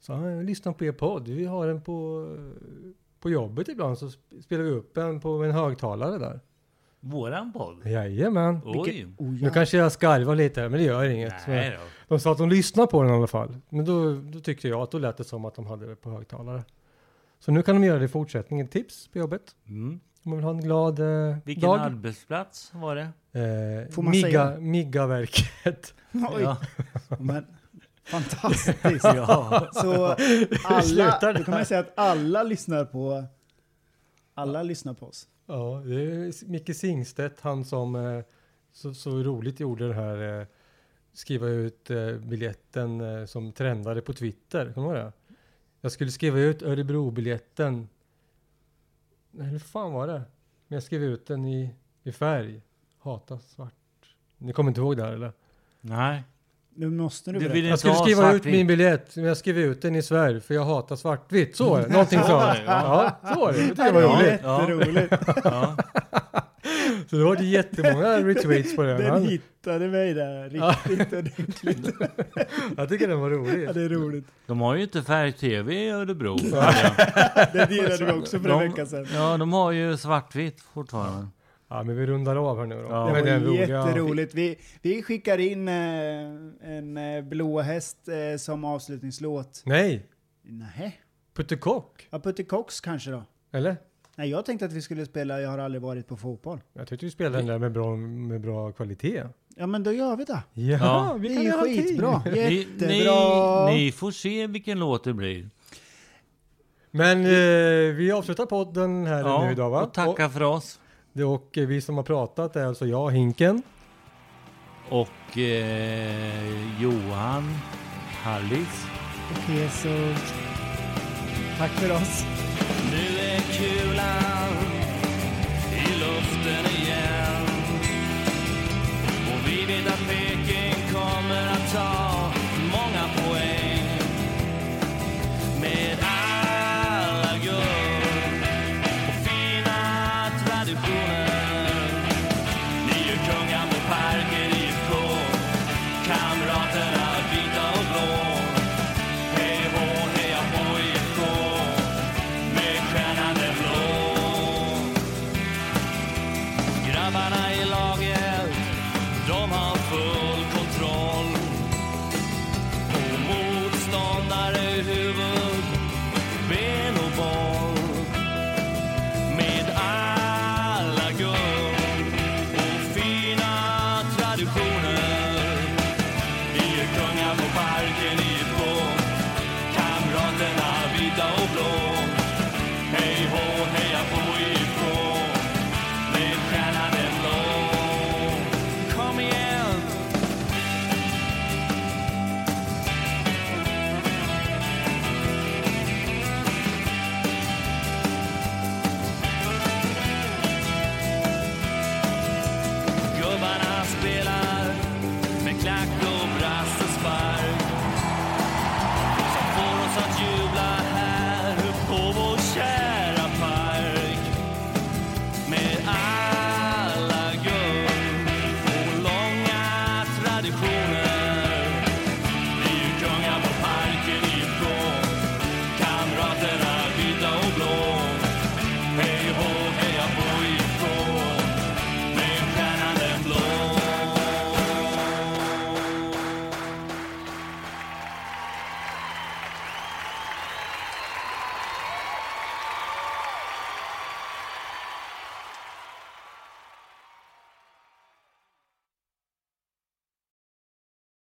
Speaker 3: Så han, jag lyssnar på er podd, vi har den på, eh, på jobbet ibland så sp- spelar vi upp den på en högtalare där.
Speaker 2: Våran podd.
Speaker 3: Jajamän.
Speaker 2: Oj.
Speaker 1: Vilket- Oh,
Speaker 3: Nu
Speaker 1: ja.
Speaker 3: kanske jag skarvar lite, men det gör inget.
Speaker 2: Nej då.
Speaker 3: De sa att de lyssnar på den i alla fall. Men då, då tyckte jag att då lät det som att de hade det på högtalare. Så nu kan de göra det i fortsättningen. Tips på jobbet.
Speaker 2: Mm.
Speaker 3: Om man vill ha en glad eh,
Speaker 2: Vilken
Speaker 3: dag.
Speaker 2: arbetsplats var det?
Speaker 3: Eh,
Speaker 1: Får man
Speaker 3: Migga,
Speaker 1: säga
Speaker 3: Miggaverket. [laughs]
Speaker 1: Oj,
Speaker 2: Ja.
Speaker 1: men fantastiskt.
Speaker 2: Ja.
Speaker 1: Så alla, då kan man ju säga att alla lyssnar på alla lyssnar på oss.
Speaker 3: Ja, det är Micke Singstedt, han som eh, så, så roligt gjorde det här eh, skriva ut eh, biljetten eh, som trendade på Twitter. Kommer du ihåg det? Jag skulle skriva ut Örebro-biljetten. Nej, hur fan var det? Men jag skrev ut den i, i färg. Hata svart. Ni kommer inte ihåg det här eller?
Speaker 2: [laughs] Nej.
Speaker 1: Nu måste du
Speaker 2: Du
Speaker 1: berätta.
Speaker 2: vill
Speaker 3: Jag
Speaker 2: inte
Speaker 3: skulle
Speaker 2: ha
Speaker 3: skriva ut
Speaker 2: svartvitt.
Speaker 3: min biljett, men jag skrev ut den i Sverige för jag hatar svartvitt. Så [laughs] är det. Någonting sånt. Ja, så var det. Jag tyckte
Speaker 1: det
Speaker 3: Det var
Speaker 1: var
Speaker 3: roligt.
Speaker 2: Ja.
Speaker 1: jätteroligt.
Speaker 2: Ja.
Speaker 3: Så det var
Speaker 1: [laughs]
Speaker 3: jättemånga retweets på den.
Speaker 1: Den
Speaker 3: Han-
Speaker 1: hittade mig där riktigt ordentligt.
Speaker 3: Jag tycker den var rolig.
Speaker 1: Ja, det är roligt.
Speaker 2: De har ju inte färg-tv i
Speaker 3: [laughs]
Speaker 2: Örebro.
Speaker 1: Den delade vi också för en vecka sedan.
Speaker 2: ja, de har ju svartvitt fortfarande.
Speaker 3: Ja, men vi rundar av här nu då.
Speaker 2: Ja.
Speaker 3: Med
Speaker 1: Det
Speaker 3: den
Speaker 1: var
Speaker 3: roliga-
Speaker 1: jätteroligt. Vi, vi skickar in eh, en eh, blå häst eh, som avslutningslåt.
Speaker 3: Nej,
Speaker 1: Nej.
Speaker 3: Puttekock.
Speaker 1: ja Putte Cox kanske då?
Speaker 3: Eller?
Speaker 1: Nej, jag tänkte att vi skulle spela Jag har aldrig varit på fotboll.
Speaker 3: Jag tyckte du spelade den där med bra, med bra kvalitet.
Speaker 1: Ja, men då gör vi det.
Speaker 3: Ja,
Speaker 1: Det är
Speaker 3: göra allting.
Speaker 1: skitbra.
Speaker 2: Ni,
Speaker 1: Jättebra.
Speaker 2: ni, ni får se vilken låt det blir.
Speaker 3: Men eh, vi avslutar podden här nu idag va?
Speaker 2: och tacka för oss.
Speaker 3: Och, och eh, vi som har pratat är alltså jag, Hinken.
Speaker 2: Och eh, Johan Hallis.
Speaker 1: Okej, så tack för oss.
Speaker 2: Nu är kulan